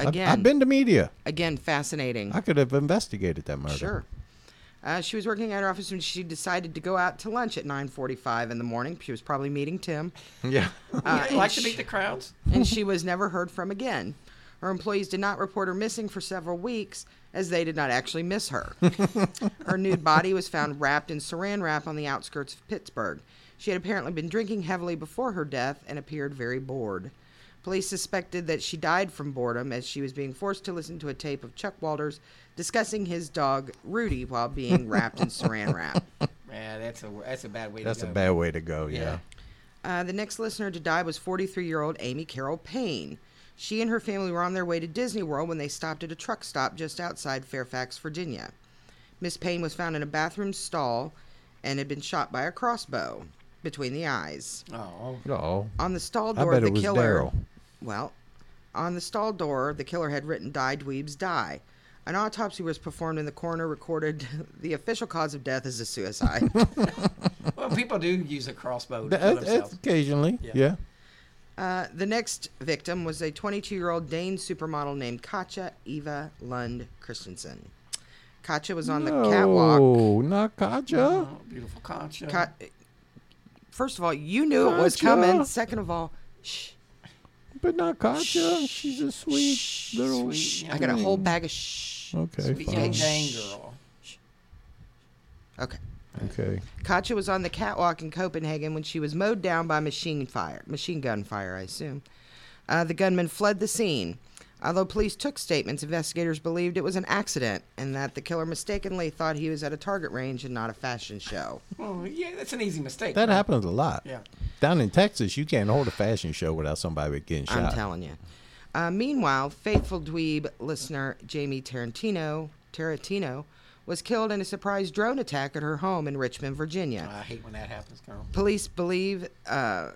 Speaker 4: I've-
Speaker 3: Again,
Speaker 4: I've been to Media.
Speaker 3: again fascinating.
Speaker 4: I could have investigated that murder.
Speaker 3: Sure. Uh, she was working at her office when she decided to go out to lunch at 9:45 in the morning. She was probably meeting Tim,
Speaker 4: [laughs]
Speaker 3: Uh,
Speaker 4: Yeah.
Speaker 2: Yeah, you like to beat the crowds?
Speaker 3: and she was never heard from again. Her employees did not report her missing for several weeks, as they did not actually miss her. her nude body was found wrapped in Saran wrap on the outskirts of Pittsburgh. She had apparently been drinking heavily before her death and appeared very bored. Police suspected that she died from boredom as she was being forced to listen to a tape of Chuck Walters discussing his dog Rudy while being wrapped in saran wrap.
Speaker 2: Yeah, that's a that's a bad way
Speaker 4: That's
Speaker 2: to
Speaker 4: a
Speaker 2: go.
Speaker 4: bad way to go. Yeah.
Speaker 2: Yeah.
Speaker 3: Uh, the next listener to die was 43 year old Amy Carol Payne. She and her family were on their way to Disney World when they stopped at a truck stop just outside Fairfax, Virginia. Miss Payne was found in a bathroom stall and had been shot by a crossbow between the eyes.
Speaker 2: Oh,
Speaker 4: Oh.
Speaker 3: On the stall
Speaker 4: I
Speaker 3: door,
Speaker 4: bet
Speaker 3: the
Speaker 4: it was
Speaker 3: killer.
Speaker 4: Daryl.
Speaker 3: Well, on the stall door, the killer had written "Die Dweebs Die." An autopsy was performed, and the coroner recorded [laughs] the official cause of death as a
Speaker 4: [laughs]
Speaker 3: suicide.
Speaker 2: well, people do use a crossbow to kill
Speaker 4: That-
Speaker 2: themselves.
Speaker 4: that's E- occasionally. Yeah.
Speaker 3: Uh, the next victim was a 22 year old Dane supermodel named Katja Eva Lund Christensen. Katja was on the catwalk.
Speaker 4: Oh, not Kaja.
Speaker 2: Oh, beautiful concha.
Speaker 3: Ka- First of all, you knew it was
Speaker 4: Katja.
Speaker 3: coming. Second of all, shh,
Speaker 4: But not Kaja. She's a sweet little.
Speaker 2: sweet, yeah.
Speaker 3: I got a whole bag of shh.
Speaker 4: Okay.
Speaker 2: Sweet
Speaker 4: fine.
Speaker 2: young dang girl.
Speaker 3: Okay.
Speaker 4: Okay.
Speaker 3: Katja was on the catwalk in Copenhagen when she was mowed down by machine fire, machine gun fire, I assume. Uh, the gunman fled the scene. Although police took statements, investigators believed it was an accident and that the killer mistakenly thought he was at a target range and not a fashion show.
Speaker 2: Oh, yeah, that's an easy mistake.
Speaker 4: That happens a lot.
Speaker 2: Yeah.
Speaker 4: Down in Texas, you can't hold a fashion show without somebody getting shot.
Speaker 3: I'm telling you. Uh, meanwhile, faithful dweeb listener Jamie Tarantino Tarantino was killed in a surprise drone attack at her home in Richmond, Virginia.
Speaker 2: I hate when that happens, Colonel.
Speaker 3: Police believe uh,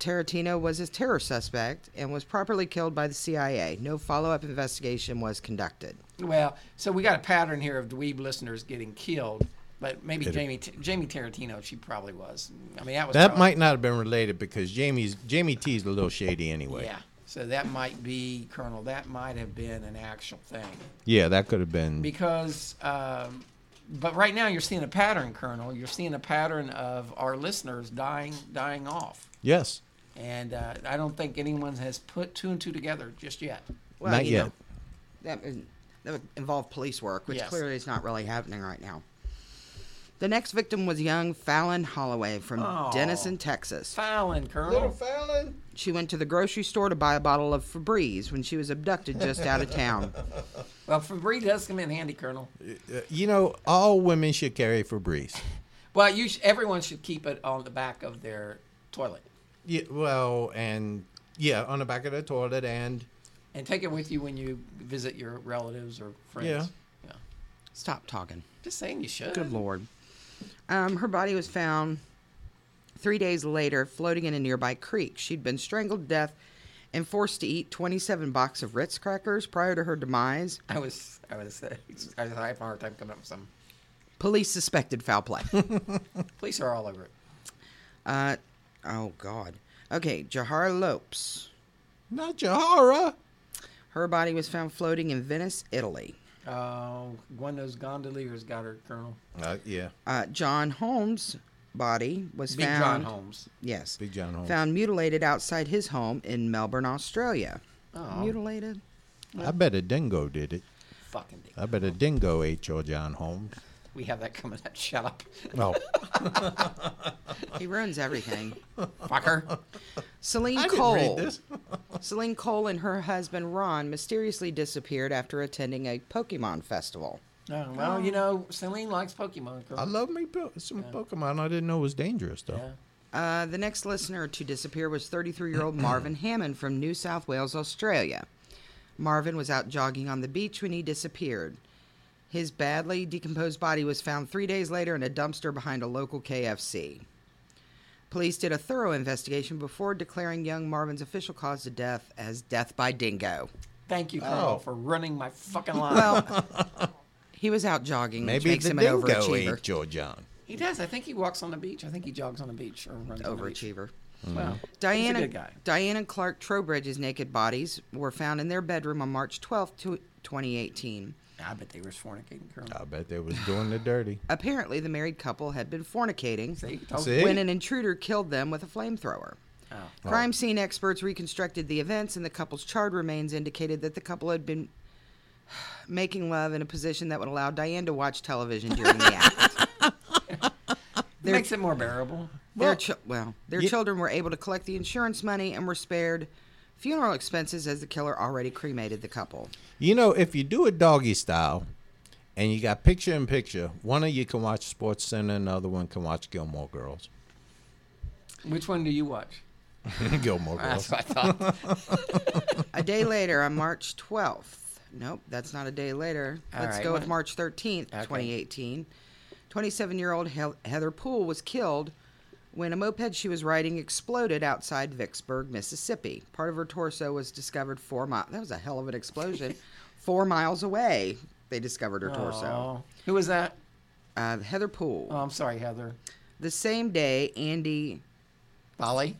Speaker 3: Tarantino was a terror suspect and was properly killed by the CIA. No follow up investigation was conducted.
Speaker 2: Well, so we got a pattern here of dweeb listeners getting killed, but maybe Jamie Jamie Tarantino, she probably was. I mean, that was
Speaker 4: That
Speaker 2: probably-
Speaker 4: might not have been related because Jamie's Jamie T's a little shady anyway.
Speaker 2: Yeah. So that might be Colonel. That might have been an actual thing.
Speaker 4: Yeah, that could have been.
Speaker 2: because um, but right now you're seeing a pattern colonel you're seeing a pattern of our listeners dying dying off
Speaker 4: yes.
Speaker 2: and uh, i don't think anyone has put two and two together just yet
Speaker 3: Well,
Speaker 4: not
Speaker 3: you
Speaker 4: yet.
Speaker 3: know, that, that would involve police work, which
Speaker 2: Yes.
Speaker 3: clearly is not really happening right now. The next victim was young Fallon Holloway from
Speaker 2: Oh.
Speaker 3: Denison, Texas.
Speaker 2: fallon colonel
Speaker 4: Fallon.
Speaker 3: She went to the grocery store to buy a bottle of Febreze when she was abducted just out of [laughs] town.
Speaker 2: well Febreze does come in handy colonel
Speaker 4: Uh, You know, all women should carry Febreze.
Speaker 2: well you sh- everyone should keep it on the back of their toilet
Speaker 4: Yeah, well, and yeah, on the back of the toilet, and
Speaker 2: and take it with you when you visit your relatives or friends
Speaker 4: Yeah.
Speaker 2: yeah.
Speaker 3: Stop talking.
Speaker 2: just saying you should
Speaker 3: Good lord. Um, her body was found three days later floating in a nearby creek. She'd been strangled to death and forced to eat 27 box of Ritz crackers prior to her demise.
Speaker 2: I was, I was, [laughs] uh, I was having a hard time coming up with some.
Speaker 3: Police suspected
Speaker 2: [laughs]
Speaker 3: foul play.
Speaker 2: Police are all over it.
Speaker 3: uh, oh, God. Okay, Jahar Lopes.
Speaker 4: Not Jahara.
Speaker 3: Her body was found floating in Venice, Italy.
Speaker 2: Uh, one of those gondoliers got her, Colonel.
Speaker 4: Uh, yeah.
Speaker 3: Uh, John Holmes' body was
Speaker 2: Big
Speaker 3: found.
Speaker 2: John Holmes.
Speaker 3: Yes.
Speaker 4: Big John Holmes.
Speaker 3: Found mutilated outside his home in Melbourne, Australia.
Speaker 2: Oh.
Speaker 3: Mutilated?
Speaker 4: I bet a dingo did it.
Speaker 2: Fucking dick.
Speaker 4: I bet a dingo ate your John Holmes.
Speaker 2: We have that coming up. Shut up, [laughs]
Speaker 4: No.
Speaker 3: He
Speaker 2: [laughs]
Speaker 3: ruins everything.
Speaker 2: fucker.
Speaker 3: Celine
Speaker 4: I
Speaker 3: Cole.
Speaker 4: didn't read this.
Speaker 3: Celine Cole and her husband Ron mysteriously disappeared after attending a Pokemon festival.
Speaker 2: Oh,
Speaker 3: Um,
Speaker 2: well, you know, Celine likes Pokemon,
Speaker 4: I
Speaker 2: Colonel.
Speaker 4: love me po- some Pokemon. I didn't know was dangerous though.
Speaker 2: Yeah.
Speaker 3: Uh, the next listener to disappear was 33 year old
Speaker 4: [clears throat]
Speaker 3: Marvin Hammond from New South Wales, Australia. Marvin was out jogging on the beach when he disappeared. His badly decomposed body was found three days later in a dumpster behind a local KFC. Police did a thorough investigation before declaring young Marvin's official cause of death as death by dingo.
Speaker 2: Thank you, Colonel, for running my fucking line.
Speaker 3: Well, [laughs] he was out jogging, which
Speaker 4: Maybe
Speaker 3: makes
Speaker 4: the
Speaker 3: him an
Speaker 4: dingo
Speaker 3: overachiever.
Speaker 4: ate your John.
Speaker 2: he does. I think he walks on the beach. I think he jogs on the beach or runs on the beach.
Speaker 3: Overachiever.
Speaker 2: Well,
Speaker 3: Diana,
Speaker 2: he's a good guy.
Speaker 3: Diana Clark Trowbridge's naked bodies were found in their bedroom on March 12, 2018.
Speaker 2: I bet they were fornicating, Colonel.
Speaker 4: I bet they was doing the dirty.
Speaker 3: Apparently, the married couple had been fornicating
Speaker 2: See, told
Speaker 4: See?
Speaker 2: you.
Speaker 3: when an intruder killed them with a flamethrower.
Speaker 2: Oh.
Speaker 4: Oh.
Speaker 3: Crime scene experts reconstructed the events, and the couple's charred remains indicated that the couple had been [sighs] making love in a position that would allow Diane to watch television during the
Speaker 4: [laughs]
Speaker 3: act.
Speaker 2: It makes it more bearable.
Speaker 3: their chi- well, their children were able to collect the insurance money and were spared funeral expenses as the killer already cremated the couple.
Speaker 4: You know, if you do it doggy style and you got picture in picture, one of you can watch Sports Center and the other one can watch Gilmore Girls. [laughs]
Speaker 2: Which one do you watch?
Speaker 4: Gilmore Girls.
Speaker 2: That's what I thought. [laughs]
Speaker 3: A day later, on March 12th. Nope, that's not a day later.
Speaker 2: All
Speaker 3: Let's
Speaker 2: right,
Speaker 3: go with
Speaker 2: what?
Speaker 3: March 13th, 2018. 27 year old Hel- Heather Poole was killed when a moped she was riding exploded outside Vicksburg, Mississippi. Part of her torso was discovered four miles. That was a hell of
Speaker 2: [laughs]
Speaker 3: an explosion. four miles away, they discovered her torso.
Speaker 2: Oh. Who was that?
Speaker 3: Uh, Heather Poole.
Speaker 2: Oh, I'm sorry, Heather.
Speaker 3: The same day, Andy Mm-hmm.
Speaker 2: Bolly.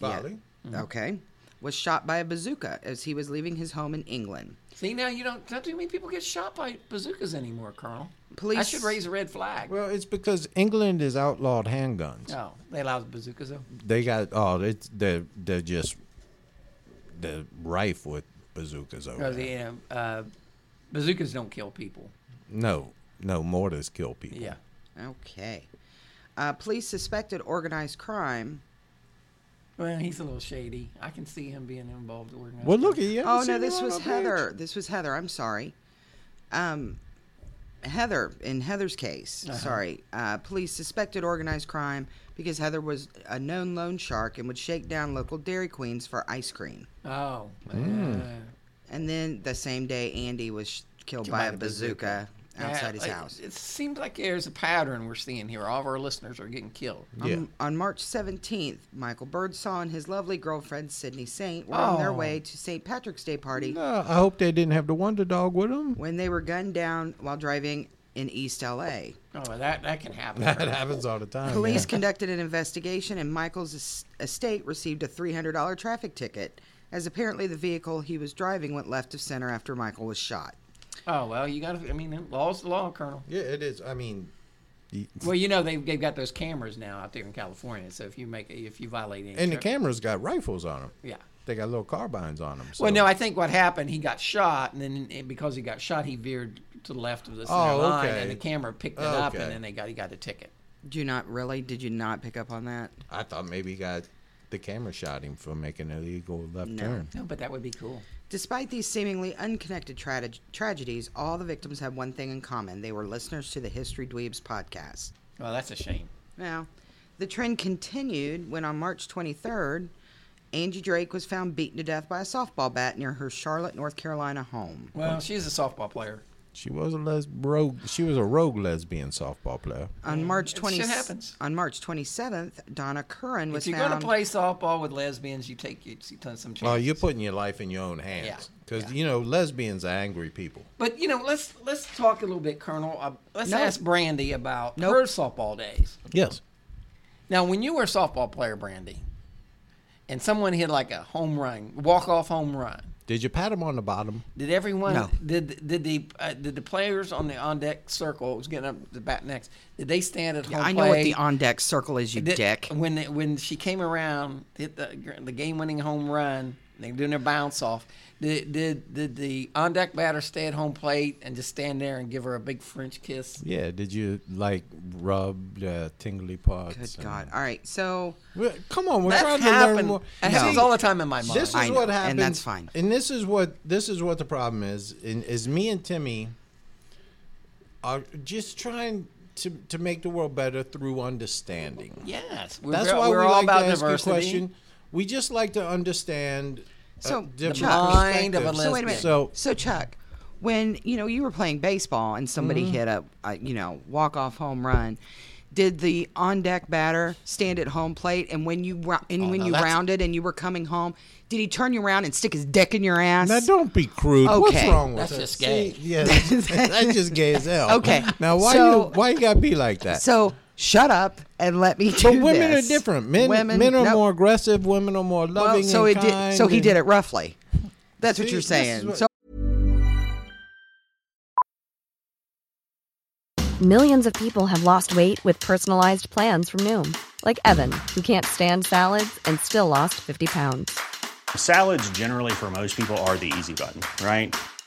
Speaker 4: Bali?
Speaker 3: okay, was shot by a bazooka as he was leaving his home in England.
Speaker 2: See now you don't not too many people get shot by bazookas anymore, Colonel. I
Speaker 3: Police-
Speaker 2: should raise a red flag.
Speaker 4: Well, it's because England has outlawed handguns.
Speaker 2: no, they allow bazookas though.
Speaker 4: They got oh, they they're, they're just they're rife with bazookas over
Speaker 3: Oh,
Speaker 2: Because
Speaker 4: there.
Speaker 2: you know, Oh, uh, bazookas don't kill people.
Speaker 4: No, no mortars kill people.
Speaker 2: Yeah.
Speaker 3: Okay. Uh, police suspected organized crime.
Speaker 2: Well, he's a little shady. I can see him being involved. With
Speaker 4: Well, look at you.
Speaker 3: Oh no, this was Heather. This was Heather. I'm sorry. Um, Heather in Heather's case. Sorry. Uh, police suspected organized crime because Heather was a known loan shark and would shake down local Dairy Queens for ice cream.
Speaker 2: Oh.
Speaker 4: Mm.
Speaker 2: uh,
Speaker 3: And then the same day, Andy was sh- killed by, a bazooka, outside his
Speaker 2: yeah,
Speaker 3: house.
Speaker 2: It, it seems like there's a pattern we're seeing here. All of our listeners are getting killed.
Speaker 4: Yeah.
Speaker 3: On, on March 17th, Michael Birdsall and his lovely girlfriend Sydney Saint were on their
Speaker 2: Oh.
Speaker 3: way to St. Patrick's Day party
Speaker 4: No, I hope they didn't have the Wonder Dog with them.
Speaker 3: when they were gunned down while driving in East LA.
Speaker 2: Oh, well, that that can happen.
Speaker 4: [laughs] [laughs] That happens all the time.
Speaker 3: Police
Speaker 4: yeah.
Speaker 3: conducted an investigation, and Michael's es- estate received a $300 traffic ticket, as apparently the vehicle he was driving went left of center after Michael was shot.
Speaker 2: oh well, you got. to I mean, law's the law, Colonel.
Speaker 4: Yeah, it is. I mean, y-
Speaker 2: Well, you know they've, they've got those cameras now out there in California. So if you make if you violate any
Speaker 4: and the
Speaker 2: tra-
Speaker 4: cameras got rifles on them.
Speaker 2: yeah.
Speaker 4: They got little carbines on them.
Speaker 2: Well, no, I think what happened, he got shot, and then and because he got shot, he veered to the left of the center
Speaker 4: Oh,
Speaker 2: line,
Speaker 4: okay.
Speaker 2: and the camera picked it up,
Speaker 4: Okay.
Speaker 2: and then they got he got a ticket.
Speaker 3: Do you not really? Did you not pick up on that?
Speaker 4: I thought maybe he got the camera shot him for making an illegal left turn.
Speaker 2: No, but that would be cool.
Speaker 3: Despite these seemingly unconnected tra- tragedies, all the victims had one thing in common they were listeners to the History Dweebs podcast.
Speaker 2: Well, that's a shame.
Speaker 3: Now, the trend continued when on March 23rd, Angie Drake was found beaten to death by a softball bat near her Charlotte, North Carolina home.
Speaker 2: Well, she's a softball player.
Speaker 4: She was a les- rogue. She was a rogue lesbian softball player.
Speaker 3: On March
Speaker 2: It
Speaker 3: 20
Speaker 2: shit happens.
Speaker 3: on March 27th, Donna Curran was
Speaker 2: If you're going
Speaker 3: found
Speaker 2: to play softball with lesbians, you take you, you ton some chances.
Speaker 4: Oh, you're putting your life in your own hands
Speaker 2: Yeah,
Speaker 4: because you know lesbians are angry people.
Speaker 2: But you know, let's let's talk a little bit, Colonel. Uh, let's
Speaker 3: Nope.
Speaker 2: ask Brandy about
Speaker 3: Nope.
Speaker 2: her softball days.
Speaker 4: Yes.
Speaker 2: Now, when you were a softball player, Brandy, and someone hit like a home run, walk off home run,
Speaker 4: Did you pat him on the bottom?
Speaker 2: did everyone
Speaker 3: No.
Speaker 2: did did the uh, did the players on the on deck circle was getting up to bat next? Did they stand at home?
Speaker 3: I know what
Speaker 2: plate?
Speaker 3: the on deck circle is, you
Speaker 2: Did-
Speaker 3: dick.
Speaker 2: [laughs] When they, when she came around, hit the the game winning home run, they were doing their bounce off. Did did did the on deck batter stay at home plate and just stand there and give her a big French kiss?
Speaker 4: Yeah. Did you like rub the tingly parts?
Speaker 3: Good
Speaker 4: and-
Speaker 3: God. All right. So
Speaker 4: Well, Come on, we're trying
Speaker 2: That
Speaker 4: to learn
Speaker 2: happened.
Speaker 4: more.
Speaker 2: That
Speaker 4: See,
Speaker 2: happens all the time in my mind.
Speaker 4: This is
Speaker 3: I know,
Speaker 4: what happens,
Speaker 3: and that's fine.
Speaker 4: And this is what this is what the problem is. And is me and Timmy are just trying to to make the world better through understanding.
Speaker 2: yes, we're,
Speaker 4: That's
Speaker 2: we're-
Speaker 4: why
Speaker 2: we're
Speaker 4: we
Speaker 2: all
Speaker 4: like
Speaker 2: about
Speaker 4: to ask
Speaker 2: diversity.
Speaker 4: a question. We just like to understand. uh,
Speaker 3: So,
Speaker 4: different
Speaker 3: Chuck- The
Speaker 2: mind of a
Speaker 4: perspectives.
Speaker 3: So wait a minute.
Speaker 4: So
Speaker 3: So, Chuck, when you know you were playing baseball and somebody
Speaker 4: Mm-hmm.
Speaker 3: hit a, a you know walk off home run, did the on deck batter stand at home plate? And when you rou- and when
Speaker 4: now
Speaker 3: you
Speaker 4: Oh, that's-
Speaker 3: rounded and you were coming home, did he turn you around and stick his dick in your ass?
Speaker 4: Now don't be crude. What's
Speaker 3: Okay.
Speaker 4: wrong with
Speaker 2: That's
Speaker 4: that?
Speaker 2: just gay.
Speaker 4: See, yeah,
Speaker 3: [laughs]
Speaker 4: that's, that's just gay as hell.
Speaker 3: Okay,
Speaker 4: Now why
Speaker 3: so-
Speaker 4: you why you gotta be like that?
Speaker 3: So shut up and let me.
Speaker 4: but
Speaker 3: Do
Speaker 4: women
Speaker 3: this.
Speaker 4: are different. Men
Speaker 3: Women-
Speaker 4: men are
Speaker 3: no.
Speaker 4: more aggressive. Women are more
Speaker 3: Well,
Speaker 4: loving.
Speaker 3: so
Speaker 4: and
Speaker 3: it did.
Speaker 4: kind
Speaker 3: So he
Speaker 4: and-
Speaker 3: did it roughly. That's what
Speaker 4: See,
Speaker 3: you're
Speaker 4: this is
Speaker 3: saying.
Speaker 4: what-
Speaker 3: so
Speaker 5: Millions of people have lost weight with personalized plans from Noom, like Evan, who can't stand salads and still lost 50 pounds.
Speaker 6: Salads, generally, for most people, are the easy button, right?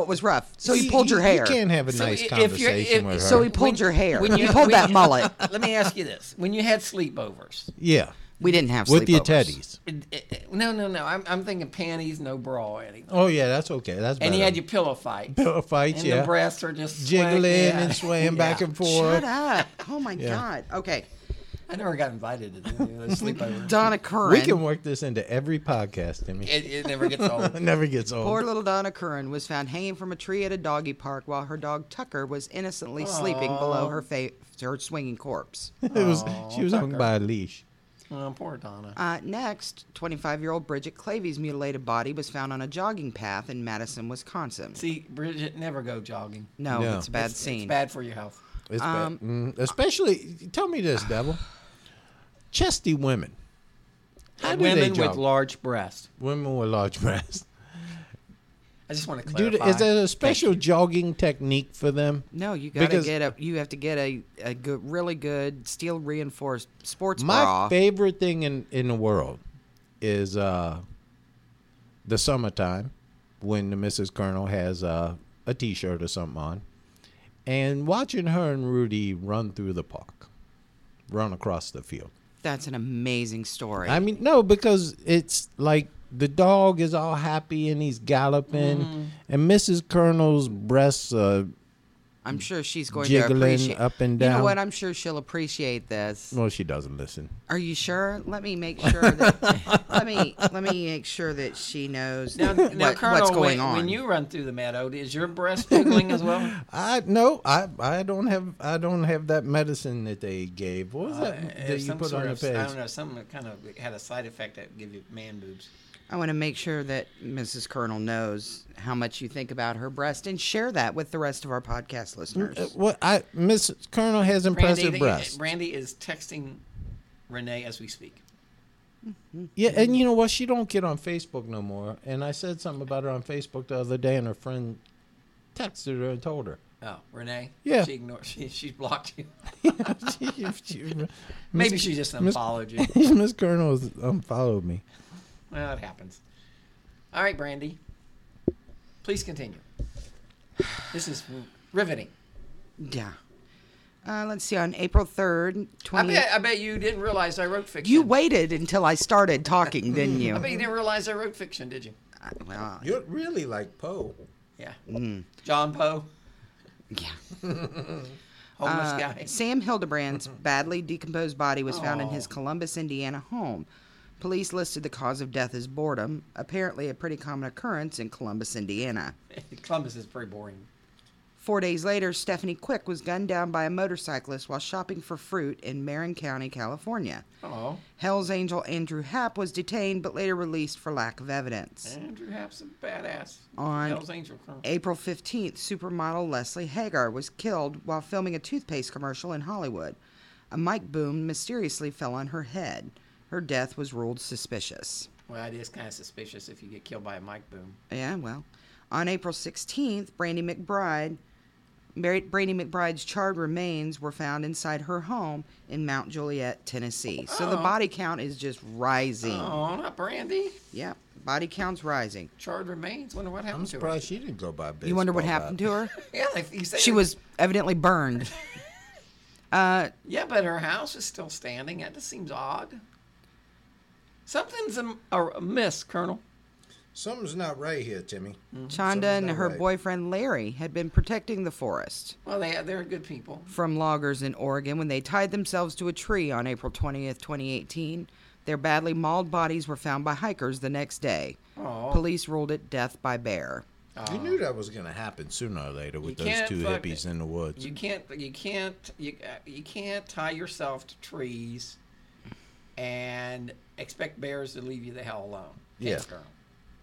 Speaker 3: it was rough. So he pulled your hair.
Speaker 4: You can't have a
Speaker 2: So if
Speaker 4: nice
Speaker 2: you're-
Speaker 4: conversation
Speaker 2: if-
Speaker 4: with her.
Speaker 3: so he pulled your hair. he pulled that mullet.
Speaker 2: [laughs] Let me ask you this: When you had sleepovers,
Speaker 4: yeah,
Speaker 3: We didn't have
Speaker 4: with your
Speaker 3: sleepovers.
Speaker 4: teddies.
Speaker 2: it- it- no, no, no. I'm, I'm thinking panties, no bra, anything.
Speaker 4: Oh yeah, that's okay. That's better.
Speaker 2: And you had your pillow fight.
Speaker 4: Pillow [laughs] fights,
Speaker 2: And
Speaker 4: yeah.
Speaker 2: the breasts are just
Speaker 4: jiggling
Speaker 2: swaying.
Speaker 3: [laughs]
Speaker 4: and swaying back and forth.
Speaker 3: Shut up! Oh my God. Okay,
Speaker 2: I never got invited to do those
Speaker 4: [laughs]
Speaker 2: sleepovers.
Speaker 3: Donna Curran.
Speaker 4: We can work this into every podcast, Timmy.
Speaker 2: It,
Speaker 4: [laughs]
Speaker 2: it never gets old.
Speaker 4: It never gets old.
Speaker 3: Poor little Donna Curran was found hanging from a tree at a doggy park while her dog Tucker was innocently sleeping below her fa- her swinging corpse.
Speaker 4: it was she was hung by a leash.
Speaker 2: Oh, poor Donna.
Speaker 3: Uh, next, 25-year-old Bridget Clavy's mutilated body was found on a jogging path in Madison, Wisconsin.
Speaker 2: See, Bridget, never go jogging.
Speaker 3: no,
Speaker 4: No.
Speaker 3: it's a bad
Speaker 2: It's-
Speaker 3: scene.
Speaker 2: It's bad for your health.
Speaker 4: It's bad.
Speaker 3: Um,
Speaker 4: Mm, especially, tell me this, Devil. Chesty women. How do they
Speaker 2: Women
Speaker 4: jog?
Speaker 2: with large breasts.
Speaker 4: women with large [laughs] breasts.
Speaker 2: I just want to
Speaker 4: Dude,
Speaker 2: clarify.
Speaker 4: is there a
Speaker 2: Thank
Speaker 4: special jogging technique for them?
Speaker 3: No, you gotta
Speaker 4: Because
Speaker 3: get a. You have to get a, a good, really good steel reinforced sports
Speaker 4: My
Speaker 3: bra.
Speaker 4: favorite thing in, in the world is uh, the summertime when the Mrs. Colonel has uh, a t shirt or something on and watching her and Rudy run through the park, run across the field.
Speaker 3: That's an amazing story.
Speaker 4: I mean, no, because it's like the dog is all happy and he's galloping, and Mrs. Colonel's breasts are
Speaker 3: I'm sure she's going
Speaker 4: Jiggling
Speaker 3: to appreciate
Speaker 4: up and
Speaker 3: You
Speaker 4: down.
Speaker 3: know what? I'm sure she'll appreciate this.
Speaker 4: well, she doesn't listen.
Speaker 3: Are you sure? Let me make sure that let me let me make sure that she knows
Speaker 2: Now,
Speaker 3: what,
Speaker 2: now Colonel,
Speaker 3: what's going
Speaker 2: when,
Speaker 3: on.
Speaker 2: when you run through the meadow, is your breast jiggling as well?
Speaker 4: I no, I I don't have I don't have that medicine that they gave. What was [laughs] that that
Speaker 2: There's
Speaker 4: you
Speaker 2: Uh, some
Speaker 4: put
Speaker 2: sort
Speaker 4: on the
Speaker 2: of-
Speaker 4: page?
Speaker 2: I don't know. Something that kind of had a side effect that give you man boobs.
Speaker 3: I want to make sure that Mrs. Colonel knows how much you think about her breast and share that with the rest of our podcast listeners.
Speaker 4: Uh, What I Miss Colonel has
Speaker 2: Brandy,
Speaker 4: impressive
Speaker 2: the-
Speaker 4: breasts.
Speaker 2: Brandy is texting Renee as we speak.
Speaker 4: Yeah, and you know what? She don't get on Facebook no more. And I said something about her on Facebook the other day, and her friend texted her and told her. [laughs]
Speaker 2: Oh, Renee.
Speaker 4: Yeah.
Speaker 2: She ignored. [laughs] She, she blocked you.
Speaker 4: Miss-
Speaker 2: Maybe she just
Speaker 4: [laughs] Miss-
Speaker 2: unfollowed you.
Speaker 4: Miss Colonel has unfollowed me.
Speaker 2: Well, it happens. All right, Brandy. Please continue. This is riveting.
Speaker 3: Yeah. Uh, let's see. On April third,
Speaker 2: I
Speaker 3: twenty.
Speaker 2: bet, I bet you didn't realize I wrote fiction.
Speaker 3: You waited until I started talking, didn't you?
Speaker 2: Mm-hmm. I bet you didn't realize I wrote fiction, did you?
Speaker 3: well,
Speaker 4: You're really like Poe.
Speaker 2: Yeah. John Poe,
Speaker 3: yeah.
Speaker 2: homeless
Speaker 3: Uh,
Speaker 2: guy.
Speaker 3: Sam Hildebrand's badly decomposed body was found in his Columbus, Indiana home. Police listed the cause of death as boredom, apparently a pretty common occurrence in Columbus, Indiana.
Speaker 2: [laughs] Columbus is pretty boring.
Speaker 3: Four days later, Stephanie Quick was gunned down by a motorcyclist while shopping for fruit in Marin County, California.
Speaker 2: Oh,
Speaker 3: Hell's Angel Andrew Happ was detained but later released for lack of evidence.
Speaker 2: Andrew Happ's a badass.
Speaker 3: On
Speaker 2: Hell's Angel.
Speaker 3: April 15th, supermodel Leslie Hagar was killed while filming a toothpaste commercial in Hollywood. A mic boom mysteriously fell on her head. Her death was ruled suspicious.
Speaker 2: Well, it is kind of suspicious if you get killed by a mic boom.
Speaker 3: Yeah, well. On April 16th, Brandy McBride, Mar- Brandy McBride's charred remains were found inside her home in Mount Juliet, Tennessee. So the body count is just rising.
Speaker 2: Oh, not Brandy.
Speaker 3: Yep, body count's rising.
Speaker 2: Charred remains. Wonder what happened
Speaker 4: I'm
Speaker 2: to her.
Speaker 4: surprised she didn't go by.
Speaker 3: You wonder what happened to her?
Speaker 2: Yeah, like you said,
Speaker 3: She was evidently burned.
Speaker 2: Yeah, but her house is still standing. That just seems odd. Something's am- a- amiss, Colonel.
Speaker 4: Something's not right here, Timmy.
Speaker 2: Mm.
Speaker 3: Chanda and
Speaker 4: not
Speaker 3: her
Speaker 4: right.
Speaker 3: boyfriend Larry had been protecting the forest
Speaker 2: Well, they they're good people.
Speaker 3: from loggers in Oregon when they tied themselves to a tree on April 20th, 2018. Their badly mauled bodies were found by hikers the next day. Police ruled it death by bear.
Speaker 4: you knew that was going to happen sooner or later with
Speaker 2: You
Speaker 4: those
Speaker 2: can't
Speaker 4: two
Speaker 2: fuck-
Speaker 4: hippies in the woods.
Speaker 2: You can't you can't you uh, you can't tie yourself to trees and expect bears to leave you the hell alone.
Speaker 4: Yeah.
Speaker 2: Thanks, Colonel.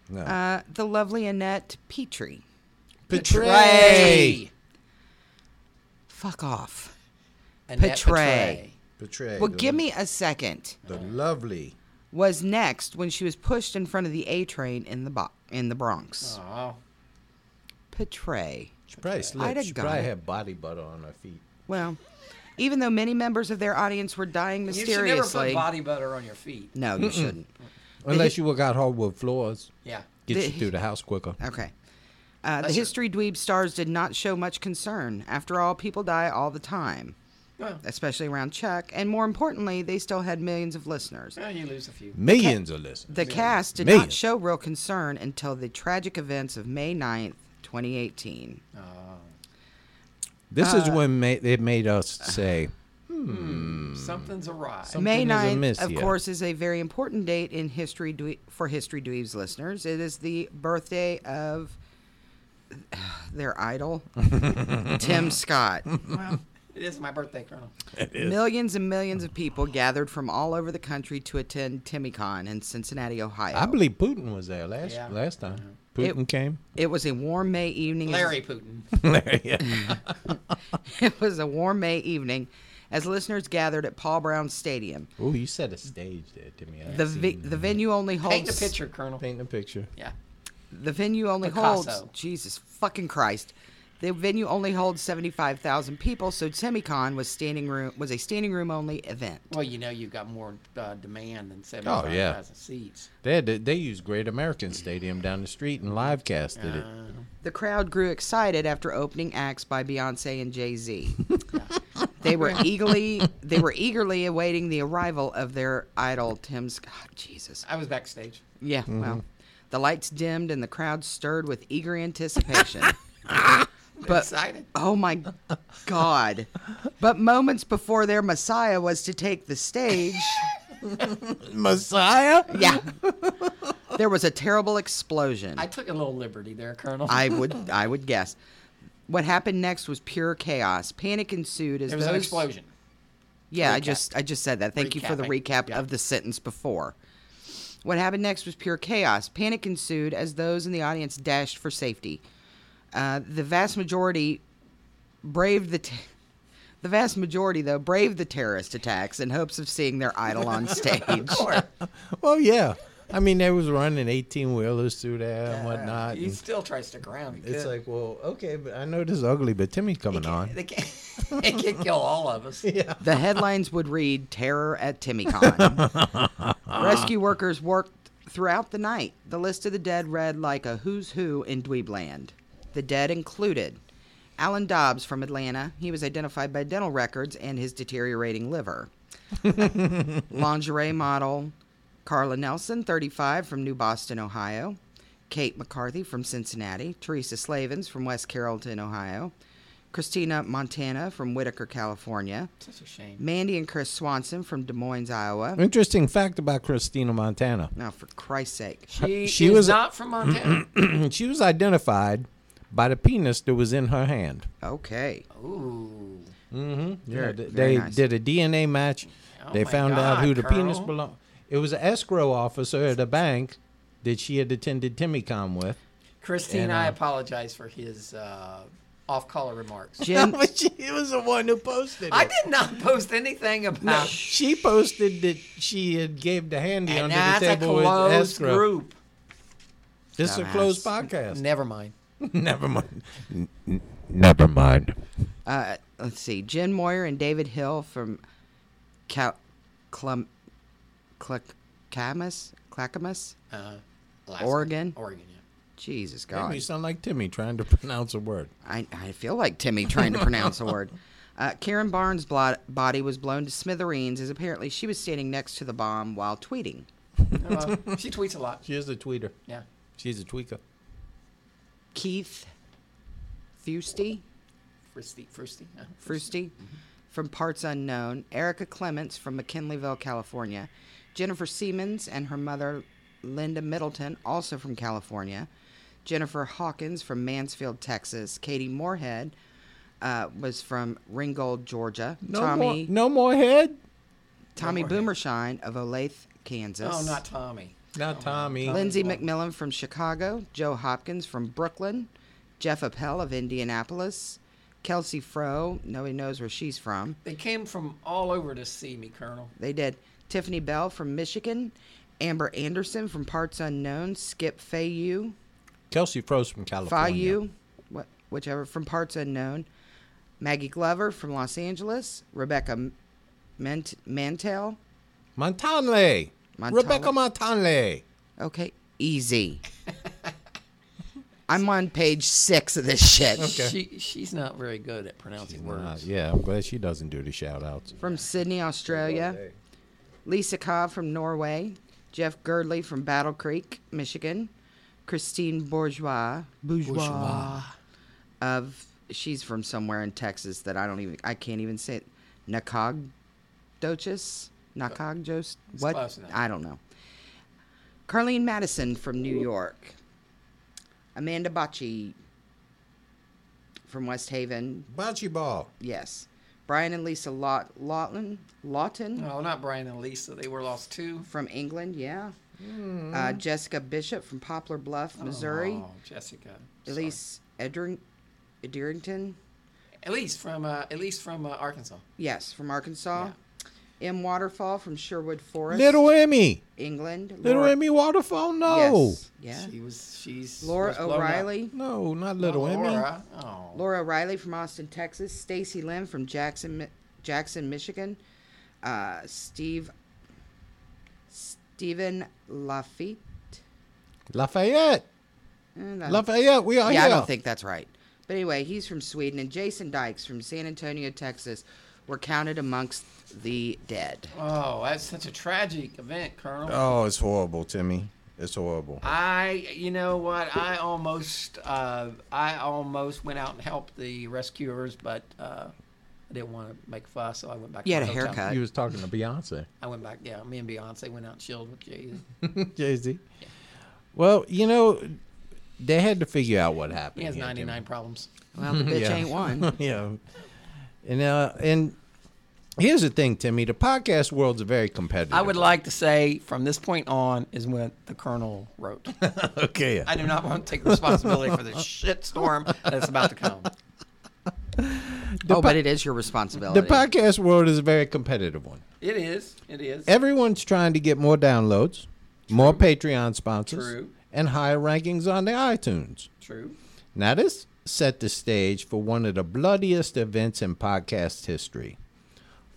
Speaker 4: no.
Speaker 3: Uh, the lovely Annette Petrie.
Speaker 4: Betray.
Speaker 2: Hey,
Speaker 3: Fuck off.
Speaker 2: Annette
Speaker 3: Betray.
Speaker 4: Betray.
Speaker 3: Well,
Speaker 4: the-
Speaker 3: give me a second.
Speaker 4: the lovely.
Speaker 3: Was next when she was pushed in front of the A train in the bo- in the Bronx.
Speaker 2: Betray. Oh,
Speaker 3: Petrie.
Speaker 4: She probably
Speaker 3: I'd
Speaker 4: slipped.
Speaker 3: have
Speaker 4: She
Speaker 3: got
Speaker 4: probably
Speaker 3: it.
Speaker 4: had body butter on her feet.
Speaker 3: Well, even though many members of their audience were dying
Speaker 2: you should never put
Speaker 3: mysteriously.
Speaker 2: body butter on your feet.
Speaker 3: no, you shouldn't.
Speaker 4: Unless you work out hardwood floors,
Speaker 2: Yeah.
Speaker 4: get
Speaker 3: The-
Speaker 4: you through the house quicker.
Speaker 3: Okay. Uh, the
Speaker 2: That's it.
Speaker 3: History Dweeb stars did not show much concern. After all, people die all the time,
Speaker 2: Well,
Speaker 3: especially around Chuck, and more importantly, they still had millions of listeners.
Speaker 2: well, you lose a few.
Speaker 4: Millions of listeners.
Speaker 3: The cast did
Speaker 4: Millions.
Speaker 3: not show real concern until the tragic events of May 9th, 2018.
Speaker 4: This
Speaker 3: uh,
Speaker 4: is when ma- it made us say,
Speaker 2: Something's awry.
Speaker 3: May
Speaker 4: Something is
Speaker 3: 9th,
Speaker 4: amiss
Speaker 3: of
Speaker 4: here.
Speaker 3: course, is a very important date in history Dwe- for History Dweeb's listeners. It is the birthday of [sighs] their
Speaker 4: [laughs]
Speaker 3: idol, Tim Scott.
Speaker 2: well, [laughs] it is my birthday, Colonel.
Speaker 3: Millions and millions of people gathered from all over the country to attend TimmyCon in Cincinnati, Ohio.
Speaker 4: I believe Putin was there last
Speaker 2: Yeah.
Speaker 4: last time.
Speaker 3: Uh-huh. It-
Speaker 4: Putin came. [laughs]
Speaker 3: it was a warm May evening.
Speaker 2: Larry Putin.
Speaker 3: [laughs] Mm-hmm. it was a warm May evening as listeners gathered at Paul Brown Stadium.
Speaker 4: Oh, you set a stage there, Timmy. I
Speaker 3: The
Speaker 4: seen
Speaker 3: vi- the venue only holds
Speaker 2: Paint the picture, Colonel.
Speaker 4: Paint a picture.
Speaker 2: Yeah.
Speaker 3: The venue only
Speaker 2: Picasso.
Speaker 3: holds Jesus fucking Christ. The venue only holds seventy five thousand people, so TimmyCon was standing room was a standing room only event.
Speaker 2: Well, you know you've got more uh, demand than seventy-five thousand
Speaker 4: Oh, yeah.
Speaker 2: seats.
Speaker 4: They had to, they used Great American Stadium down the street and live casted it.
Speaker 3: The crowd grew excited after opening acts by Beyonce and Jay [laughs] Z. they were eagerly they were eagerly awaiting the arrival of their idol Tim Scott. Jesus.
Speaker 2: I was backstage.
Speaker 4: Mm.
Speaker 3: Yeah, well. The lights dimmed and the crowd stirred with eager [laughs] anticipation. but
Speaker 2: Excited.
Speaker 3: Oh my God. But moments before their Messiah was to take the stage,
Speaker 4: Messiah.
Speaker 3: yeah, [laughs] there was a terrible explosion.
Speaker 2: I
Speaker 3: I,
Speaker 2: took a little liberty there, Colonel.
Speaker 3: would I would guess. What happened next was pure chaos. Panic ensued
Speaker 2: [laughs]
Speaker 3: as
Speaker 2: There was
Speaker 3: those,
Speaker 2: an explosion.
Speaker 3: Yeah, I
Speaker 2: Recap.
Speaker 3: just I just said that. Thank you for the
Speaker 2: Recapping.
Speaker 3: recap
Speaker 2: Yeah.
Speaker 3: of the sentence before. What happened next was pure chaos. Panic ensued as those in the audience dashed for safety. Uh, the vast majority braved the t- The vast majority, though, braved the terrorist attacks in hopes of seeing their
Speaker 2: [laughs]
Speaker 3: idol on stage.
Speaker 4: Well, Oh, yeah. I mean, they was running eighteen wheelers through there and whatnot.
Speaker 2: He
Speaker 4: and
Speaker 2: still tries to ground. He
Speaker 4: Mm. it's
Speaker 2: could.
Speaker 4: like, well, okay, but I know this is ugly, but Timmy's coming on.
Speaker 2: they can't. [laughs] they can't kill all of
Speaker 4: [laughs]
Speaker 2: us. Yeah.
Speaker 3: The headlines would read Terror at TimmyCon. Rescue workers worked throughout the night. The list of the dead read like a who's who in Dweebland. The dead included Alan Dobbs from Atlanta. He was identified by dental records and his deteriorating liver. Lingerie model Carla Nelson, 35, from New Boston, Ohio. Kate McCarthy from Cincinnati. Teresa Slavens from West Carrollton, Ohio. Christina Montana from Whitaker, California.
Speaker 2: Such a shame.
Speaker 3: Mandy and Chris Swanson from Des Moines, Iowa.
Speaker 4: Interesting fact about Christina Montana.
Speaker 3: Now, for Christ's sake,
Speaker 2: She,
Speaker 4: she
Speaker 2: is
Speaker 4: was-
Speaker 2: not from Montana.
Speaker 4: She was identified by the penis that was in her hand.
Speaker 3: okay,
Speaker 2: Ooh.
Speaker 4: Yeah, th-
Speaker 3: very
Speaker 4: they
Speaker 3: nice.
Speaker 4: did a DNA match.
Speaker 2: Oh
Speaker 4: they
Speaker 2: my
Speaker 4: found out
Speaker 2: God,
Speaker 4: who the penis
Speaker 2: Carl.
Speaker 4: belonged. It was an escrow officer at a bank that she had attended TimmyCon with. [laughs]
Speaker 2: Christine,
Speaker 4: And,
Speaker 2: I
Speaker 4: uh,
Speaker 2: apologize for his uh, off-color remarks.
Speaker 3: Jim.
Speaker 4: But she was the one who posted it.
Speaker 2: I did not post anything
Speaker 4: No,
Speaker 2: about.
Speaker 4: she posted that she had gave the handy
Speaker 2: And
Speaker 4: under
Speaker 2: that's
Speaker 4: the
Speaker 2: a
Speaker 4: table with
Speaker 2: closed
Speaker 4: escrow.
Speaker 2: group.
Speaker 4: This is a closed podcast.
Speaker 2: Never mind.
Speaker 4: [laughs] Never mind. Never mind.
Speaker 3: uh, let's see, Jen Moyer and David Hill from Cal- Clum- Clac- Clackamas, Clackamas,
Speaker 2: Uh, Alaska.
Speaker 3: Oregon?
Speaker 2: Oregon. Yeah.
Speaker 3: Jesus
Speaker 4: Damn,
Speaker 3: God,
Speaker 4: you sound like Timmy trying to [laughs] pronounce a word.
Speaker 3: I, I feel like Timmy trying to pronounce a word. Uh, Karen Barnes' blot- body was blown to smithereens as apparently she was standing next to the bomb while tweeting.
Speaker 2: Uh, she tweets a lot.
Speaker 4: She is a tweeter.
Speaker 2: Yeah.
Speaker 4: She's a tweaker.
Speaker 3: Keith Fusty,
Speaker 2: Fristy. Fristy. yeah.
Speaker 3: Frusty from Parts Unknown, Erica Clements from McKinleyville, California, Jennifer Siemens and her mother Linda Middleton, also from California, Jennifer Hawkins from Mansfield, Texas, Katie Moorhead uh, was from Ringgold, Georgia,
Speaker 4: No
Speaker 3: Tommy
Speaker 4: more, no more head.
Speaker 3: Tommy Boomershine of Olathe, Kansas.
Speaker 2: Oh, not Tommy.
Speaker 4: Now Tommy.
Speaker 3: Lindsay McMillan from Chicago, Joe Hopkins from Brooklyn, Jeff Appel of Indianapolis, Kelsey Froh, nobody knows where she's from.
Speaker 2: They came from all over to see me, Colonel.
Speaker 3: They did. Tiffany Bell from Michigan, Amber Anderson from Parts Unknown, Skip Fayu,
Speaker 4: Kelsey Frost from California.
Speaker 3: Fayu, what, whichever from Parts Unknown, Maggie Glover from Los Angeles, Rebecca Ment- Mantel.
Speaker 4: Montanle.
Speaker 3: Montanle.
Speaker 4: Rebecca Montanle.
Speaker 3: Okay, easy. I'm on page six of this
Speaker 2: [laughs]
Speaker 3: shit.
Speaker 2: She she's not very good at pronouncing
Speaker 4: Uh,
Speaker 2: words.
Speaker 4: yeah, I'm glad she doesn't do the shout outs.
Speaker 3: From Sydney, Australia, Lisa Cobb from Norway, Jeff Girdley from Battle Creek, Michigan, Christine Bourgeois, Bourgeois, of she's from somewhere in Texas that I don't even I can't even say it. Nacogdoches, Nacogdoches, what?
Speaker 2: close enough.
Speaker 3: I don't know. Carlene Madison from New York, Amanda Bocci from West Haven,
Speaker 4: Bocce ball.
Speaker 3: yes. Brian and Lisa Laut- Lawton, Lawton
Speaker 2: No, not Brian and Lisa. They were lost too.
Speaker 3: from England, yeah. Uh, Jessica Bishop from Poplar Bluff, Missouri.
Speaker 2: Hmm. Oh, Jessica.
Speaker 3: Elise Edring- Edrington,
Speaker 2: Elise from uh, Elise from uh, Arkansas.
Speaker 3: yes, from Arkansas. M. Waterfall from Sherwood Forest,
Speaker 4: Little Emmy.
Speaker 3: England.
Speaker 4: Little
Speaker 2: E
Speaker 3: Laura-
Speaker 4: Emmy Waterfall. No.
Speaker 3: Yes, yeah.
Speaker 2: She was she's
Speaker 3: Laura
Speaker 2: was Oh, blown up.
Speaker 3: O'Reilly.
Speaker 4: No, not Little Emmy.
Speaker 2: Laura. Oh.
Speaker 3: Laura O'Reilly from Austin, Texas. Stacy Lynn from Jackson, Mi- Jackson, Michigan. Uh, Steve. Stephen Lafitte.
Speaker 4: Lafayette.
Speaker 3: Eh, that-
Speaker 4: Lafayette, we are
Speaker 3: yeah, I
Speaker 4: here.
Speaker 3: don't think that's right. But anyway, he's from Sweden, and Jason Dykes from San Antonio, Texas, were counted amongst the dead.
Speaker 2: Oh, that's such a tragic event, Colonel.
Speaker 4: Oh, it's horrible, Timmy. It's horrible.
Speaker 3: Uh,
Speaker 2: I, you know what? I almost, uh, I almost went out and helped the rescuers, but uh, I didn't want to make a fuss, so I went back.
Speaker 3: You
Speaker 2: to
Speaker 3: had a
Speaker 2: my hotel.
Speaker 3: haircut.
Speaker 4: was talking to Beyonce.
Speaker 2: I went back. Yeah, me and Beyonce went out and chilled with [laughs] Jay.
Speaker 4: Jay Z. Well, you know, they had to figure out what happened.
Speaker 2: He has
Speaker 4: here, Timmy.
Speaker 2: 99 problems.
Speaker 3: Well, the bitch
Speaker 4: Yeah.
Speaker 3: ain't [laughs] one.
Speaker 4: yeah. And uh, and here's the thing, Timmy. The podcast world's very competitive.
Speaker 2: I would like to say from this point on is when the Colonel wrote.
Speaker 4: Okay.
Speaker 2: I do [laughs] not want to take responsibility for the shit storm that's about to come.
Speaker 3: oh,
Speaker 4: po-
Speaker 3: but it is your responsibility.
Speaker 4: The podcast world is a very competitive one.
Speaker 2: It is. It is.
Speaker 4: Everyone's trying to get more downloads, more Patreon sponsors,
Speaker 2: True.
Speaker 4: and higher rankings on the iTunes.
Speaker 2: True.
Speaker 4: Now, this set the stage for one of the bloodiest events in podcast history,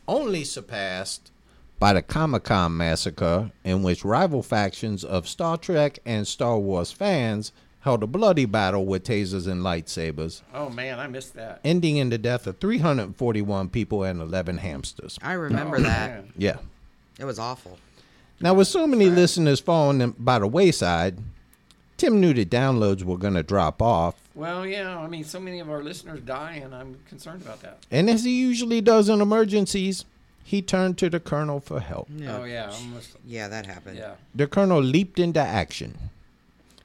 Speaker 4: only surpassed by the Comic Con massacre, in which rival factions of Star Trek and Star Wars fans held a bloody battle with tasers and lightsabers,
Speaker 2: Oh man, I missed that.
Speaker 4: ending in the death of 341 people and 11 hamsters.
Speaker 3: I remember
Speaker 2: Oh,
Speaker 3: that.
Speaker 2: man.
Speaker 4: Yeah.
Speaker 3: It was awful.
Speaker 4: Now, with so many listeners falling in- by the wayside, Tim knew the downloads were going to drop off,
Speaker 2: Well, yeah. I mean, so many of our listeners die, and I'm concerned about that.
Speaker 4: and as he usually does in emergencies, he turned to the colonel for help.
Speaker 2: Oh yeah, almost.
Speaker 3: Yeah, that happened.
Speaker 2: Yeah.
Speaker 4: The colonel leaped into action.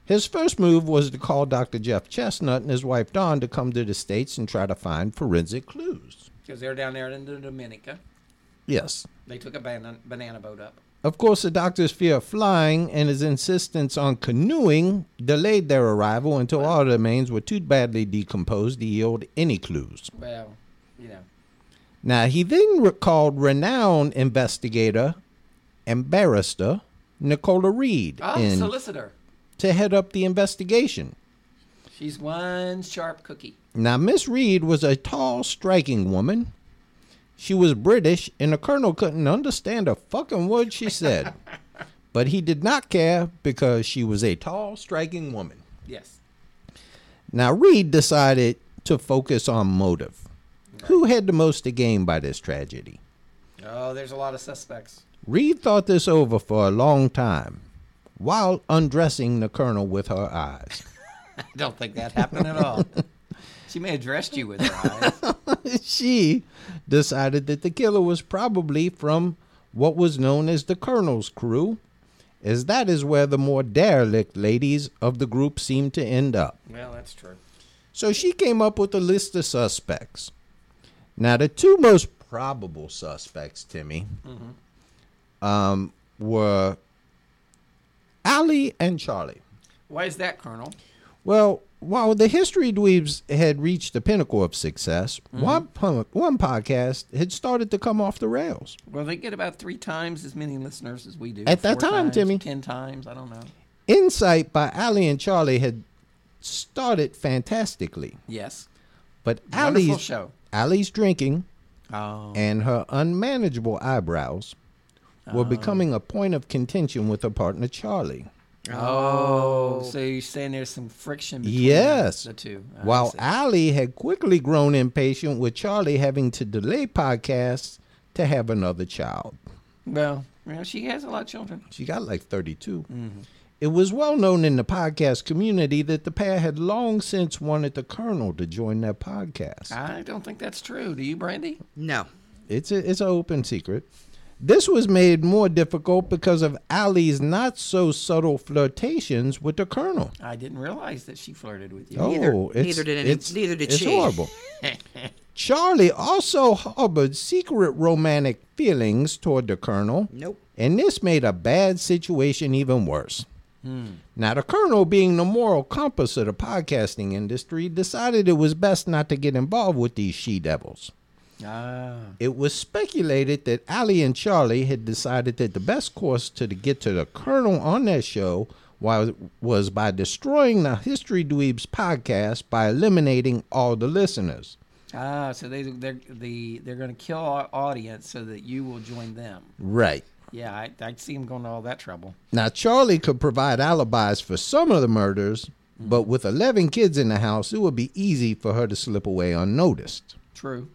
Speaker 4: His first move was to call Dr. Jeff Chestnut and his wife Dawn to come to the States and try to find forensic clues.
Speaker 2: Because they're down there in the Dominica.
Speaker 4: Yes.
Speaker 2: They took a banana, banana boat up.
Speaker 4: Of course, the doctor's fear of flying and his insistence on canoeing delayed their arrival until all the remains were too badly decomposed to yield any clues.
Speaker 2: Well, you know.
Speaker 4: Now, he then re- called renowned investigator and barrister Nicola Reed
Speaker 2: Oh,
Speaker 4: in
Speaker 2: solicitor.
Speaker 4: to head up the investigation.
Speaker 2: She's one sharp cookie.
Speaker 4: Now, Miss Reed was a tall, striking woman. She was British, and the colonel couldn't understand a fucking word she said. but he did not care because she was a tall, striking woman.
Speaker 2: Yes.
Speaker 4: Now, Reed decided to focus on motive. Who had the most to gain by this tragedy?
Speaker 2: Oh, there's a lot of suspects.
Speaker 4: Reed thought this over for a long time while undressing the colonel with her eyes. [laughs]
Speaker 2: I don't think that happened at all. she may have dressed you with her
Speaker 4: [laughs]
Speaker 2: eyes.
Speaker 4: she decided that the killer was probably from what was known as the colonel's crew, as that is where the more derelict ladies of the group seemed to end up.
Speaker 2: well, that's true.
Speaker 4: So she came up with a list of suspects. Now, the two most probable suspects, Timmy, um, were Ali and Charlie.
Speaker 2: Why is that, Colonel?
Speaker 4: Well, while the History Dweebs had reached the pinnacle of success,
Speaker 2: Mm-hmm.
Speaker 4: one, po- one podcast had started to come off the rails.
Speaker 2: Well, they get about three times as many listeners as we do.
Speaker 4: At that
Speaker 2: Four
Speaker 4: time,
Speaker 2: times,
Speaker 4: Timmy.
Speaker 2: Ten times. I don't know.
Speaker 4: Insight by Ali and Charlie had started fantastically,
Speaker 2: Yes.
Speaker 4: but
Speaker 2: Wonderful
Speaker 4: Ali's,
Speaker 2: show.
Speaker 4: Ali's drinking
Speaker 2: Oh.
Speaker 4: and her unmanageable eyebrows were becoming a point of contention with her partner Charlie.
Speaker 2: Oh. So you're saying there's some friction between
Speaker 4: Yes.
Speaker 2: the two. I
Speaker 4: While
Speaker 2: see.
Speaker 4: Ali had quickly grown impatient with Charlie having to delay podcasts to have another child.
Speaker 2: well, you know, she has a lot of children.
Speaker 4: She got like 32.
Speaker 3: Mm-hmm.
Speaker 4: It was well known in the podcast community that the pair had long since wanted the Colonel to join their podcast.
Speaker 3: Ah.
Speaker 2: I don't think that's true. Do you, Brandy?
Speaker 3: No.
Speaker 4: It's a, it's an open secret. This was made more difficult because of Ali's not so subtle flirtations with the Colonel.
Speaker 2: I didn't realize that she flirted with you.
Speaker 3: Neither-
Speaker 4: oh, it's,
Speaker 3: neither did any-
Speaker 4: it's,
Speaker 3: neither did
Speaker 4: it's
Speaker 3: she.
Speaker 4: horrible. Charlie also harbored secret romantic feelings toward the Colonel.
Speaker 3: Nope.
Speaker 4: And this made a bad situation even worse. Now, the Colonel, being the moral compass of the podcasting industry, decided it was best not to get involved with these she devils.
Speaker 2: Ah.
Speaker 4: It was speculated that Ali and Charlie had decided that the best course to get to the Colonel on their show wa- was by destroying the History Dweebs podcast by eliminating all the listeners.
Speaker 2: Ah, so they they're the they're going to kill our audience so that you will join them.
Speaker 4: Right.
Speaker 2: Yeah, I, I see him going to all that trouble.
Speaker 4: Now, Charlie could provide alibis for some of the murders, but with 11 kids in the house, it would be easy for her to slip away unnoticed.
Speaker 2: True.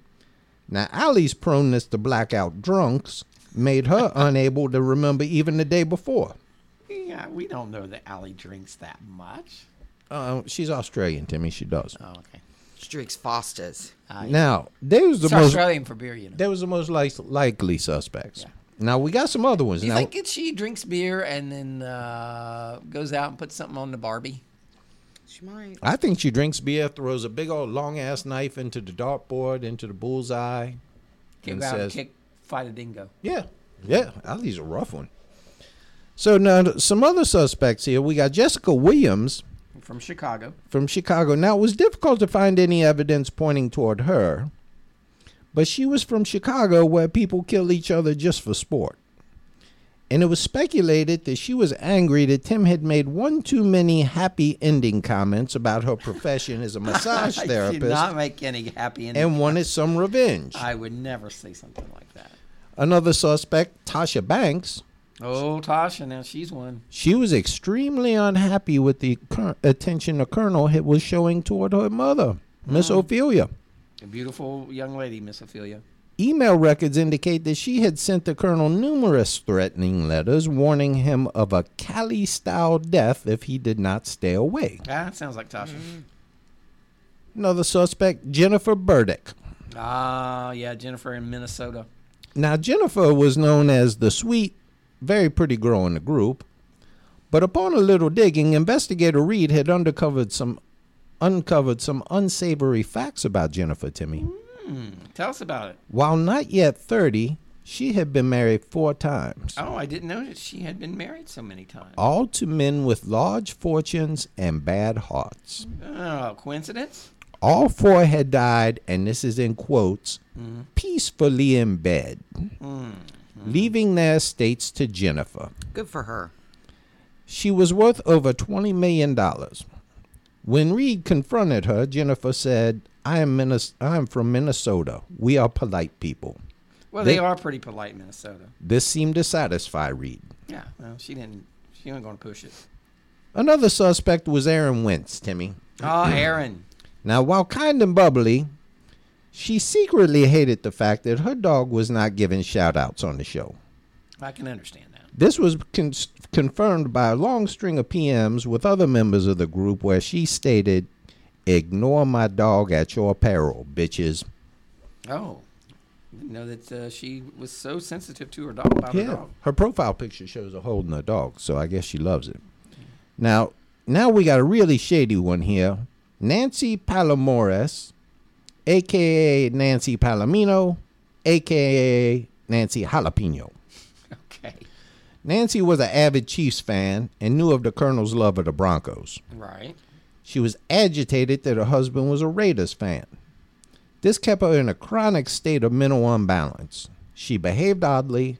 Speaker 4: Now, Ali's proneness to blackout drunks made
Speaker 2: [laughs]
Speaker 4: her unable to remember even the day before.
Speaker 2: Yeah, we don't know that Allie drinks that much.
Speaker 4: Uh, she's Australian, Timmy. She does.
Speaker 2: Oh, okay.
Speaker 3: She drinks Foster's.
Speaker 4: Now, they was the
Speaker 2: It's
Speaker 4: most
Speaker 2: Australian for beer, you know.
Speaker 4: they was the most like, likely suspects. Now we got some other ones.
Speaker 2: Do you
Speaker 4: now,
Speaker 2: think that she drinks beer and then uh, goes out and puts something on the Barbie?
Speaker 3: She might.
Speaker 4: I think she drinks beer, throws a big old long ass knife into the dartboard, into the bullseye,
Speaker 2: Kick
Speaker 4: and
Speaker 2: out
Speaker 4: says,
Speaker 2: and kick, fight a dingo.
Speaker 4: "Yeah, yeah, Ali's a rough one." So now some other suspects here. We got Jessica Williams
Speaker 2: From Chicago.
Speaker 4: from Chicago. Now it was difficult to find any evidence pointing toward her, But she was from Chicago, where people kill each other just for sport. And it was speculated that she was angry that Tim had made one too many happy ending comments about her
Speaker 7: [laughs]
Speaker 4: profession as a massage
Speaker 7: I
Speaker 4: therapist
Speaker 7: did not make any happy ending.
Speaker 4: and wanted some revenge.
Speaker 7: I would never say something like that.
Speaker 4: Another suspect, Tasha Banks,
Speaker 2: Oh, Tasha, now she's one.
Speaker 4: she was extremely unhappy with the cur- attention the colonel had- was showing toward her mother, Miss Ophelia.
Speaker 2: A beautiful young lady, Miss Ophelia.
Speaker 4: Email records indicate that she had sent the colonel numerous threatening letters warning him of a Cali style death if he did not stay away.
Speaker 2: Ah, that sounds like Tasha.
Speaker 4: Mm-hmm. Another suspect, Jennifer Burdick.
Speaker 2: Ah, yeah, Jennifer in Minnesota.
Speaker 4: Now, Jennifer was known as the sweet, very pretty girl in the group, but upon a little digging, investigator Reed had uncovered some uncovered some unsavory facts about Jennifer Timmy.
Speaker 2: Tell us about it.
Speaker 4: While not yet 30, she had been married four times,
Speaker 2: Oh, I didn't know that she had been married so many times.
Speaker 4: all to men with large fortunes and bad hearts.
Speaker 2: Oh, coincidence?
Speaker 4: All four had died, and this is in quotes, peacefully in bed, leaving their estates to Jennifer.
Speaker 3: Good for her.
Speaker 4: She was worth over $20 million. When Reed confronted her, Jennifer said, I am, Minnes- I am from Minnesota. We are polite people.
Speaker 2: Well, they,
Speaker 4: They-
Speaker 2: are pretty polite in Minnesota.
Speaker 4: This seemed to satisfy Reed.
Speaker 2: Yeah, well, she didn't. She wasn't going to
Speaker 4: [clears throat]
Speaker 2: push it.
Speaker 4: Another suspect was Aaron Wentz, Timmy.
Speaker 2: Oh, Aaron.
Speaker 4: Now, while kind and bubbly, she secretly hated the fact that her dog was not given shout outs on the show.
Speaker 2: I can understand that.
Speaker 4: This was con- confirmed by a long string of PMs with other members of the group where she stated, Ignore my dog at your peril, bitches.
Speaker 2: Oh, didn't know that uh, she was so sensitive to her dog about her dog. [laughs]
Speaker 4: Her profile picture shows her holding a dog, so I guess she loves it. Now, now we got a really shady one here. Nancy Palomores, aka Nancy Palomino, aka Nancy Jalapeno.
Speaker 2: Okay,
Speaker 4: Nancy was an avid Chiefs fan and knew of the Colonel's love of the Broncos.
Speaker 2: right.
Speaker 4: She was agitated that her husband was a Raiders fan. This kept her in a chronic state of mental unbalance. She behaved oddly,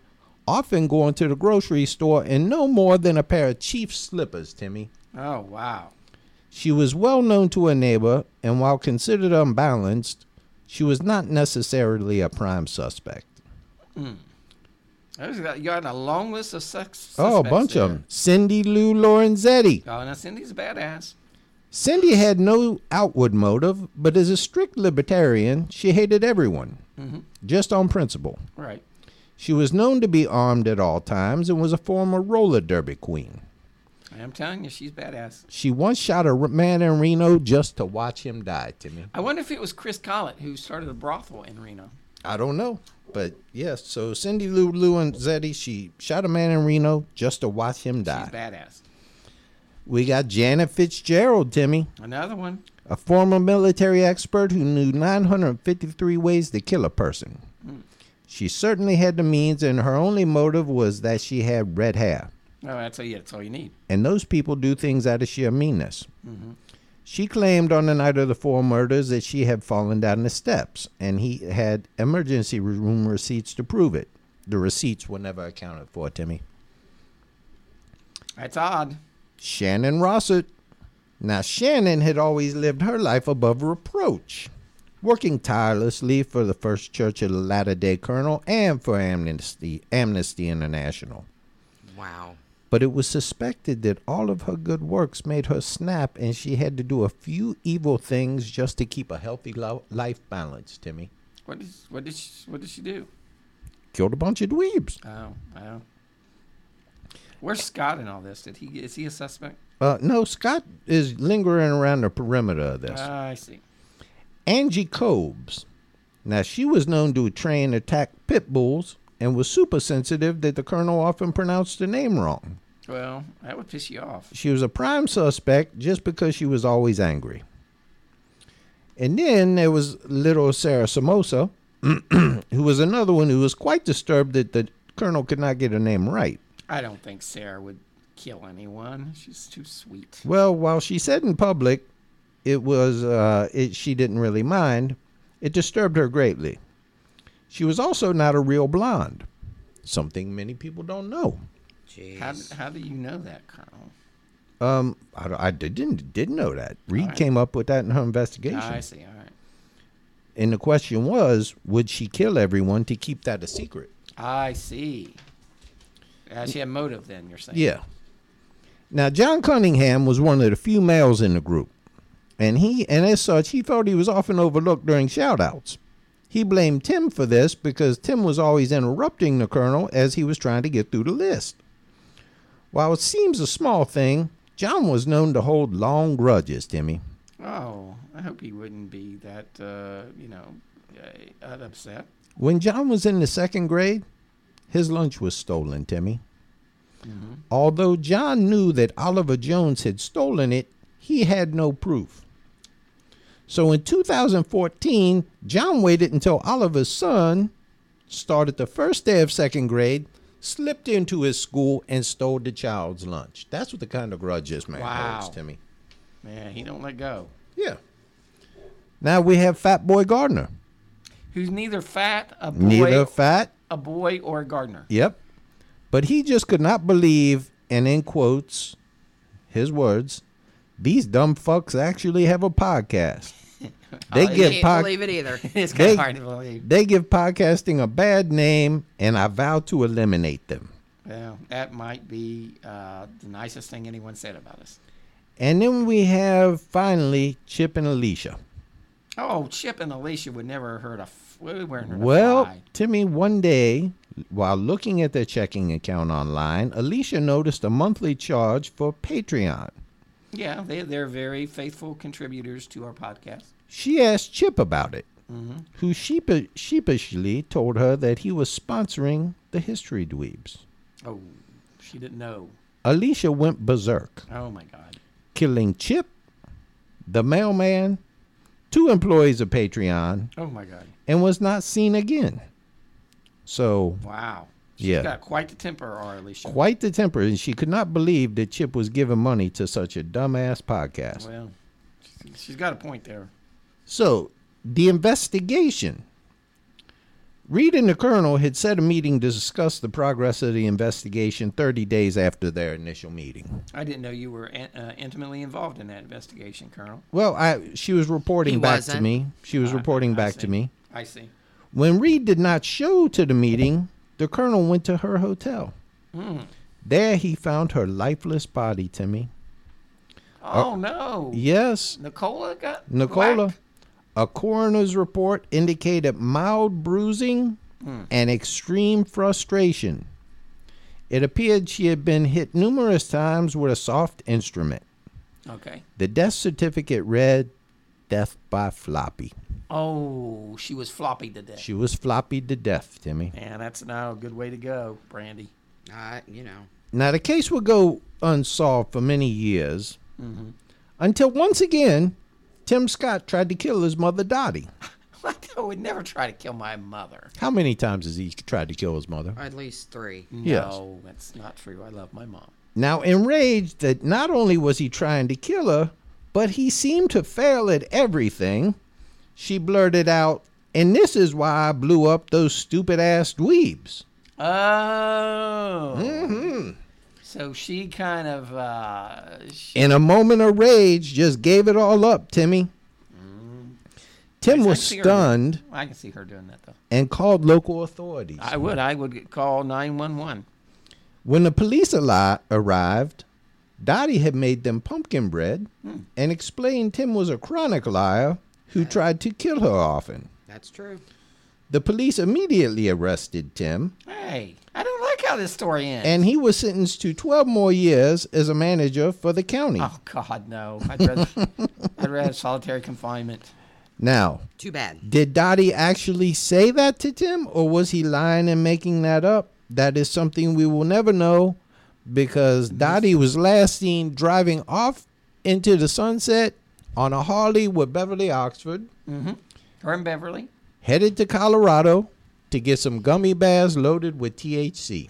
Speaker 4: often going to the grocery store in no more than a pair of Chiefs slippers, Timmy.
Speaker 2: Oh, wow.
Speaker 4: She was well known to a neighbor, and while considered unbalanced, she was not necessarily a prime suspect.
Speaker 2: That was- uh, You got a long list of sex.
Speaker 4: oh, a
Speaker 2: suspects
Speaker 4: bunch
Speaker 2: there.
Speaker 4: of them. Cindy Lou Lorenzetti.
Speaker 2: Oh, now Cindy's a badass.
Speaker 4: Cindy had no outward motive, but as a strict libertarian, she hated everyone, just on principle.
Speaker 2: Right.
Speaker 4: She was known to be armed at all times and was a former roller derby queen.
Speaker 2: I'm telling you, she's badass.
Speaker 4: She once shot a r- man in Reno just to watch him die, Timmy.
Speaker 2: I wonder if it was Chris Collett who started a brothel in Reno.
Speaker 4: I don't know. But yes, so Cindy Lou Lou and Zetti, she shot a man in Reno just to watch him
Speaker 2: She's
Speaker 4: die.
Speaker 2: badass.
Speaker 4: We got Janet Fitzgerald, Timmy,
Speaker 2: Another one.
Speaker 4: a former military expert who knew 953 ways to kill a person. She certainly had the means, and her only motive was that she had red hair.
Speaker 2: Oh, that's all, yeah, that's all you need.
Speaker 4: and those people do things out of sheer meanness. She claimed on the night of the four murders that she had fallen down the steps, and he had emergency room receipts to prove it. The receipts were never accounted for, Timmy.
Speaker 2: That's odd.
Speaker 4: Shannon Rossett. Now, Shannon had always lived her life above reproach, working tirelessly for the First Church of the Latter day Colonel and for Amnesty, Amnesty International.
Speaker 3: Wow.
Speaker 4: but it was suspected that all of her good works made her snap and she had to do a few evil things just to keep a healthy lo- life balance, Timmy.
Speaker 2: What did what did she, what did she do?
Speaker 4: Killed a bunch of dweebs.
Speaker 2: Oh, wow. Where's Scott in all this? Did he is he a suspect?
Speaker 4: Uh, no, Scott is lingering around the perimeter of this.
Speaker 2: Ah, I see.
Speaker 4: Angie Cobes. Now, she was known to train attack pit bulls and was super sensitive that the colonel often pronounced the name wrong.
Speaker 2: Well, that would piss you off.
Speaker 4: She was a prime suspect just because she was always angry. And then there was little Sarah Samosa, [clears throat] who was another one who was quite disturbed that the colonel could not get her name right.
Speaker 2: I don't think Sarah would kill anyone. She's too sweet.
Speaker 4: Well, while she said in public it was uh, it, she didn't really mind, it disturbed her greatly. She was also not a real blonde, something many people don't know.
Speaker 2: How, how do you know that, Colonel?
Speaker 4: Um, I, don't- I didn't didn't know that. Reed came up with that in her investigation,
Speaker 2: Ah, I see. All right.
Speaker 4: and the question was, would she kill everyone to keep that a secret?
Speaker 2: I see. Uh, she had motive then, you're saying?
Speaker 4: Yeah. Now, John Cunningham was one of the few males in the group, and he, and as such, he felt he was often overlooked during shout-outs. He blamed Tim for this because Tim was always interrupting the colonel as he was trying to get through the list. While it seems a small thing, John was known to hold long grudges, Timmy.
Speaker 2: Oh, I hope he wouldn't be that, uh, you know, uh, uh, upset.
Speaker 4: When John was in the second grade, his lunch was stolen, Timmy. Although John knew that Oliver Jones had stolen it, he had no proof. So in 2014, John waited until Oliver's son started the first day of second grade, slipped into his school, and stole the child's lunch. That's what the kind of grudge this man
Speaker 2: Wow.
Speaker 4: holds, Timmy.
Speaker 2: Yeah, he don't let go.
Speaker 4: Yeah. Now we have Fat Boy Gardner.
Speaker 2: Who's neither fat, a boy,
Speaker 4: Neither fat
Speaker 2: a boy or a gardener.
Speaker 4: Yep. But he just could not believe, and in quotes, his words, these dumb fucks actually have
Speaker 3: [laughs]
Speaker 4: a podcast. They give
Speaker 3: Oh, Can't
Speaker 4: pod-
Speaker 3: believe it [laughs] either.
Speaker 2: It's kind
Speaker 4: They-
Speaker 2: of hard to believe.
Speaker 4: they give podcasting a bad name, and I vow to eliminate them.
Speaker 2: Well, that might be uh, the nicest thing anyone said about us.
Speaker 4: And then we have finally Chip and Alicia.
Speaker 2: Oh, Chip and Alicia would never hurt a. F- we weren't hurt a
Speaker 4: Well,
Speaker 2: fly.
Speaker 4: Timmy, one day, while looking at their checking account online, Alicia noticed a monthly charge for Patreon.
Speaker 2: Yeah, they, they're very faithful contributors to our podcast.
Speaker 4: She asked Chip about it, who sheepi- sheepishly told her that he was sponsoring the History Dweebs.
Speaker 2: Oh, she didn't know.
Speaker 4: Alicia went berserk,
Speaker 2: Oh, my God.
Speaker 4: killing Chip, the mailman, two employees of Patreon,
Speaker 2: Oh, my God.
Speaker 4: and was not seen again. So,
Speaker 2: Wow. She's
Speaker 4: Yeah.
Speaker 2: got quite the temper, our Alicia.
Speaker 4: quite the temper, and she could not believe that Chip was giving money to such a dumbass podcast.
Speaker 2: Well, she's- she's got a point there.
Speaker 4: So, the investigation. Reed and the colonel had set a meeting to discuss the progress of the investigation 30 days after their initial meeting.
Speaker 2: I didn't know you were in, uh, intimately involved in that investigation, Colonel.
Speaker 4: Well, I she was reporting
Speaker 3: He
Speaker 4: back to
Speaker 3: wasn't.
Speaker 4: me. She was reporting
Speaker 2: I
Speaker 4: back to
Speaker 2: see.
Speaker 4: me.
Speaker 2: I see.
Speaker 4: When Reed did not show to the meeting, the colonel went to her hotel. There he found her lifeless body, Timmy.
Speaker 2: Oh, no.
Speaker 4: Yes,
Speaker 2: Nicola got.
Speaker 4: Uh, Nicola,
Speaker 2: whacked?
Speaker 4: a coroner's report indicated mild bruising and extreme frustration. It appeared she had been hit numerous times with a soft instrument.
Speaker 2: Okay.
Speaker 4: The death certificate read death by floppy.
Speaker 2: Oh, she was floppy today.
Speaker 4: She was floppied to death, Timmy.
Speaker 2: Yeah, that's not a good way to go, Brandy. [laughs]
Speaker 3: I, Uh, you know,
Speaker 4: Now, the case would go unsolved for many years until once again, Tim Scott tried to kill his mother, Dottie.
Speaker 2: I would never try to kill my mother.
Speaker 4: How many times has he tried to kill his mother?
Speaker 3: at least three.
Speaker 4: Yes.
Speaker 2: No, that's not true. I love my mom.
Speaker 4: Now, enraged that not only was he trying to kill her, but he seemed to fail at everything, she blurted out, And this is why I blew up those stupid ass dweebs.
Speaker 2: Oh.
Speaker 4: Mm-hmm.
Speaker 2: So she kind of. Uh, she,
Speaker 4: In a moment of rage, just gave it all up, Timmy. Tim was
Speaker 2: I see her doing-
Speaker 4: stunned
Speaker 2: I can see her doing that though.
Speaker 4: and called local authorities.
Speaker 2: I would. I would call nine one one.
Speaker 4: When the police ali- arrived, Dottie had made them pumpkin bread
Speaker 2: Hmm.
Speaker 4: and explained Tim was a chronic liar who tried to kill her often.
Speaker 3: That's true.
Speaker 4: The police immediately arrested Tim,
Speaker 2: Hey, I don't like how this story ends.
Speaker 4: and he was sentenced to 12 more years as a manager for the county.
Speaker 2: oh God, no! I'd rather, [laughs] I'd rather solitary confinement.
Speaker 4: Now,
Speaker 3: Too bad.
Speaker 4: did Dottie actually say that to Tim, or was he lying and making that up? That is something we will never know because Dottie was last seen driving off into the sunset on a Harley with Beverly Oxford,
Speaker 2: Her and Beverly.
Speaker 4: headed to Colorado to get some gummy bears loaded with THC.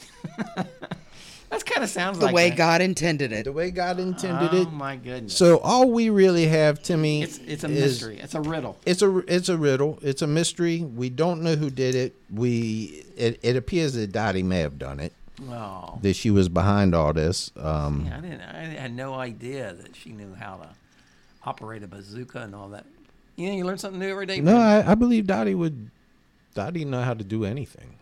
Speaker 2: That kind of sounds
Speaker 3: the
Speaker 2: like
Speaker 3: way
Speaker 2: that.
Speaker 3: God intended it.
Speaker 4: The way God intended
Speaker 2: Oh
Speaker 4: it.
Speaker 2: my goodness.
Speaker 4: So all we really have, Timmy,
Speaker 2: it's it's a
Speaker 4: is-
Speaker 2: mystery. It's a riddle.
Speaker 4: It's a it's a riddle. It's a mystery. We don't know who did it. We it, it appears that Dottie may have done it.
Speaker 2: Oh,
Speaker 4: That she was behind all this. Um,
Speaker 7: Yeah, I didn't. I had no idea that she knew how to operate a bazooka and all that.
Speaker 2: you know, you learn something new every day.
Speaker 4: No,
Speaker 2: Brandon.
Speaker 4: I, I believe Dottie would. Dottie know how to do anything.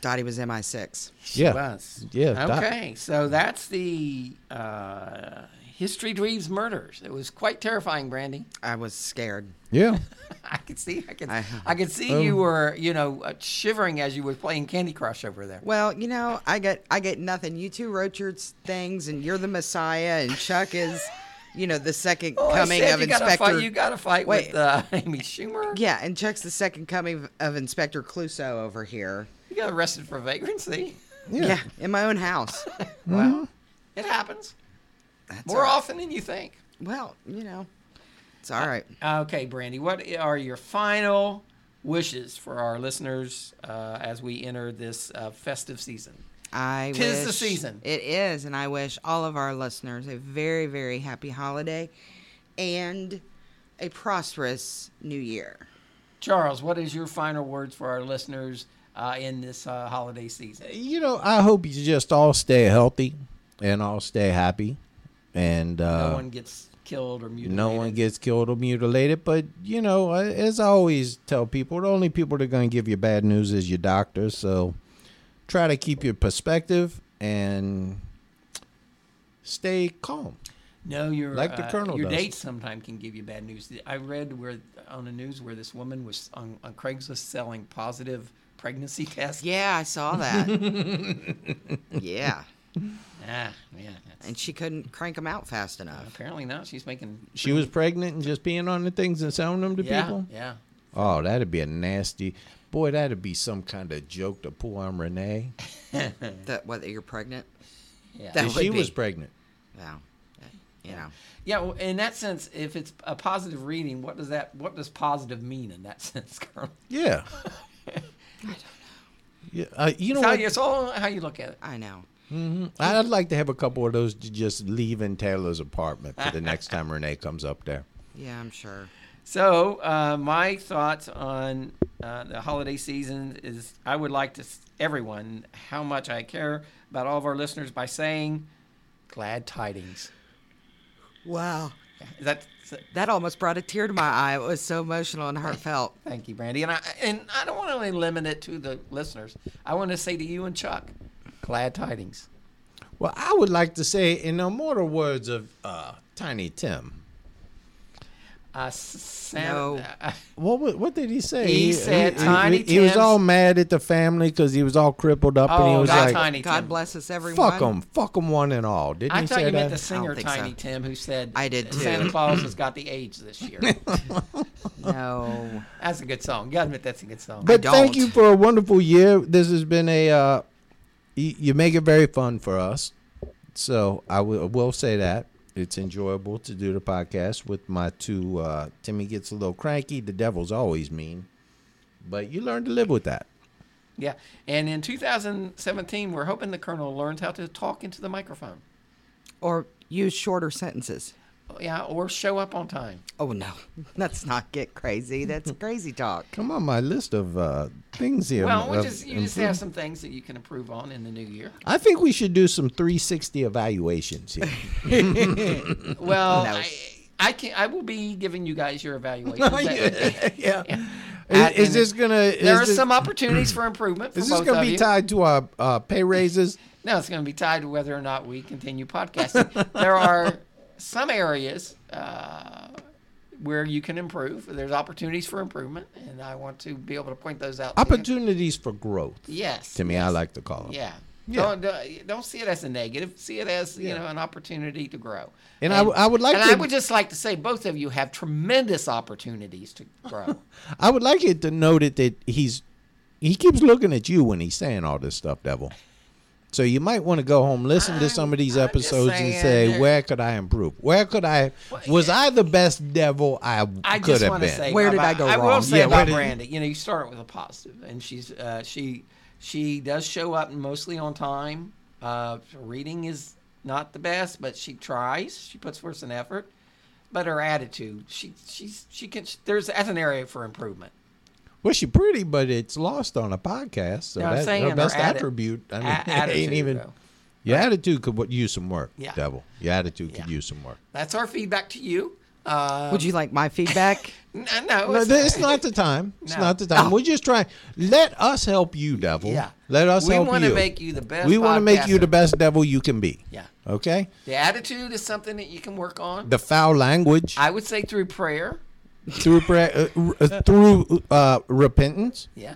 Speaker 3: Dottie was MI6.
Speaker 2: She
Speaker 4: yeah.
Speaker 2: was.
Speaker 4: Yeah, that-
Speaker 2: Okay. so that's the uh, history dreams murders. It was quite terrifying, Brandy.
Speaker 3: I was scared.
Speaker 4: Yeah.
Speaker 2: [laughs] I could see. I could. I, Oh.
Speaker 3: I-
Speaker 2: could see you were, you know, uh, shivering as you were playing Candy Crush over there.
Speaker 3: Well, you know, I get I get nothing. You two wrote your things, and you're the Messiah, and Chuck is, you know, the second
Speaker 2: Oh, I
Speaker 3: coming
Speaker 2: said
Speaker 3: of
Speaker 2: you
Speaker 3: Inspector.
Speaker 2: Gotta fight, you got to fight
Speaker 3: Wait.
Speaker 2: with uh, [laughs] Amy Schumer.
Speaker 3: Yeah, and Chuck's the second coming of, of Inspector Clouseau over here.
Speaker 2: You got arrested for vagrancy.
Speaker 3: Yeah, in my own house.
Speaker 2: Wow. It happens more
Speaker 3: all right.
Speaker 2: often than you think.
Speaker 3: well, you know, it's all right.
Speaker 2: Okay, Brandy, what are your final wishes for our listeners uh, as we enter this uh, festive season?
Speaker 3: I
Speaker 2: Tis the
Speaker 3: wish-
Speaker 2: season.
Speaker 3: It is, and I wish all of our listeners a very, very happy holiday, and a prosperous
Speaker 2: [laughs]
Speaker 3: New Year.
Speaker 2: Charles, what is your final words for our listeners uh, in this uh, holiday season?
Speaker 4: [laughs] You know, I hope you just all stay healthy and all stay happy, and uh,
Speaker 2: no one gets killed or mutilated.
Speaker 4: no one gets killed or mutilated. But you know, I- as I always tell people, the only people that are going to give you bad news is your doctor. So try to keep your perspective and stay calm.
Speaker 2: No, your
Speaker 4: Like the
Speaker 2: uh,
Speaker 4: colonel
Speaker 2: Your
Speaker 4: does.
Speaker 2: dates sometimes can give you bad news. I read where on the news where this woman was on, on Craigslist selling positive pregnancy [laughs] tests.
Speaker 3: Yeah, I saw that.
Speaker 2: [laughs]
Speaker 3: yeah,
Speaker 2: Ah, man. that's-
Speaker 3: and she couldn't crank them out fast enough.
Speaker 2: apparently not. She's making.
Speaker 4: She was pregnant and just peeing on the things and selling them to
Speaker 2: Yeah.
Speaker 4: people.
Speaker 2: Yeah.
Speaker 4: Oh, that'd be a nasty. Boy, that'd be some kind of joke to pull on Renee.
Speaker 3: That whether you're pregnant.
Speaker 2: Yeah.
Speaker 3: That
Speaker 4: If she
Speaker 3: would be-
Speaker 4: was pregnant.
Speaker 3: Wow. You know.
Speaker 2: Yeah, well, in that sense, if it's a positive reading, what does that? What does positive mean in that [laughs] sense, Colonel?
Speaker 4: Yeah. I don't know. Yeah, uh, you know
Speaker 2: It's how
Speaker 4: what?
Speaker 2: you, it's all how you look at it.
Speaker 3: I know.
Speaker 4: I'd like to have a couple of those to just leave in Taylor's apartment for the next time Renee comes up there.
Speaker 3: Yeah, I'm sure.
Speaker 2: So, uh, my thoughts on uh, the holiday season is I would like to s- everyone how much I care about all of our listeners by saying, "Glad tidings."
Speaker 3: Wow.
Speaker 2: Is that?
Speaker 3: That almost brought a tear to my eye. It was so emotional and heartfelt.
Speaker 2: Thank you, Brandy. And I and I don't want to only limit it to the listeners. I want to say to you and Chuck, "Glad tidings."
Speaker 4: Well, I would like to say, in the immortal words of uh, Tiny Tim,
Speaker 2: Uh, s- Sam,
Speaker 3: No.
Speaker 2: uh,
Speaker 4: what wa- what did he say?
Speaker 2: He said Tiny
Speaker 4: he, he was
Speaker 2: Tim's-
Speaker 4: all mad at the family because he was all crippled up, and he
Speaker 2: Oh,
Speaker 4: was
Speaker 2: that's
Speaker 4: like,
Speaker 2: Tiny
Speaker 3: God
Speaker 2: Tim.
Speaker 3: bless us, everyone.
Speaker 4: "Fuck them, fuck them, one and all." Didn't
Speaker 2: I
Speaker 4: he
Speaker 2: thought
Speaker 4: say
Speaker 2: you
Speaker 4: that?
Speaker 2: meant the singer
Speaker 3: uh, think so.
Speaker 2: Tiny Tim, who said
Speaker 3: I did,
Speaker 2: Santa
Speaker 3: too.
Speaker 2: Claus
Speaker 3: [laughs]
Speaker 2: has got the age this year.
Speaker 3: No.
Speaker 2: that's a good song. You gotta admit that's a good song.
Speaker 4: But thank
Speaker 3: don't.
Speaker 4: you for a wonderful year. This has been a uh, y- you make it very fun for us. So I will will say that it's enjoyable to do the podcast with my two. Uh, Timmy gets a little cranky. The devil's always mean, but you learn to live with that.
Speaker 2: yeah, and in 2017, we're hoping the Colonel learns how to talk into the microphone.
Speaker 3: Or use shorter sentences.
Speaker 2: Oh, Yeah, or show up on time.
Speaker 3: Oh, no. [laughs] Let's not get crazy. That's crazy talk.
Speaker 4: Come on, my list of uh, things here.
Speaker 2: Well, we
Speaker 4: of
Speaker 2: just you just
Speaker 4: uh, improve-
Speaker 2: have some things that you can improve on in the new year.
Speaker 4: I think we should do some 360 evaluations here.
Speaker 2: [laughs] Well, I, I can I will be giving you guys your [laughs] evaluation.
Speaker 4: [laughs] yeah.
Speaker 2: At-
Speaker 4: Is, is this gonna? Is
Speaker 2: there are
Speaker 4: this,
Speaker 2: some opportunities for improvement. For
Speaker 4: Is this
Speaker 2: both
Speaker 4: gonna
Speaker 2: of
Speaker 4: be
Speaker 2: you.
Speaker 4: tied to our uh, pay raises?
Speaker 2: No, it's going to be tied to whether or not we continue
Speaker 4: [laughs]
Speaker 2: podcasting. there are some areas uh, where you can improve. There's opportunities for improvement, and I want to be able to point those out. to you.
Speaker 4: opportunities for growth.
Speaker 2: Yes.
Speaker 4: To me, I like to call them.
Speaker 2: Yeah.
Speaker 4: Yeah.
Speaker 2: Don't, don't- don't see it as a negative. See it as you know an opportunity to grow.
Speaker 4: And I w- I would like
Speaker 2: And I
Speaker 4: to-
Speaker 2: would just like to say both of you have tremendous opportunities to
Speaker 4: [laughs]
Speaker 2: grow.
Speaker 4: I would like it to note it that he's he keeps looking at you when he's saying all this stuff, Devil. So you might want to go home, listen to some of these
Speaker 2: I'm just
Speaker 4: episodes, and
Speaker 2: saying
Speaker 4: say,
Speaker 2: that-
Speaker 4: "Where could I improve? Where could I? Was I the best devil I,
Speaker 2: I
Speaker 4: could
Speaker 2: just
Speaker 4: have
Speaker 2: want to
Speaker 4: been?"
Speaker 2: say,
Speaker 3: Where did
Speaker 2: about-
Speaker 3: I go
Speaker 2: I will
Speaker 3: wrong?
Speaker 2: say
Speaker 4: Yeah, where
Speaker 2: about
Speaker 4: did-
Speaker 2: Brandy. You know, you start with a positive, and she's uh, she she does show up mostly on time. Uh, reading is not the best, but she tries. She puts forth an effort. But her attitude, she she's she can. there's that's an area for improvement.
Speaker 4: Well, she's pretty, but it's lost on a podcast. So
Speaker 2: No, I'm
Speaker 4: that's
Speaker 2: saying
Speaker 4: her
Speaker 2: her
Speaker 4: best
Speaker 2: atti-
Speaker 4: attribute. I mean, [laughs]
Speaker 2: a- attitude,
Speaker 4: ain't even.
Speaker 2: though.
Speaker 4: Your attitude could what, use some work,
Speaker 2: Yeah.
Speaker 4: devil. Your attitude could use some work.
Speaker 2: That's our feedback to you. Uh,
Speaker 3: Would you like my
Speaker 4: [laughs]
Speaker 3: feedback?
Speaker 2: n- uh, no,
Speaker 4: No,
Speaker 2: it's-
Speaker 4: th- it's not the time. It's
Speaker 2: No.
Speaker 4: not the time. We're just trying. Let us help you, devil.
Speaker 2: Yeah.
Speaker 4: Let us
Speaker 2: We
Speaker 4: help you.
Speaker 2: wanna make you the best
Speaker 4: We wanna make you
Speaker 2: podcaster.
Speaker 4: the best devil you can be.
Speaker 2: Yeah.
Speaker 4: Okay.
Speaker 2: the attitude is something that you can work on.
Speaker 4: The foul language
Speaker 2: I would say through prayer.
Speaker 4: through pra- uh, uh, through uh, repentance,
Speaker 2: Yeah.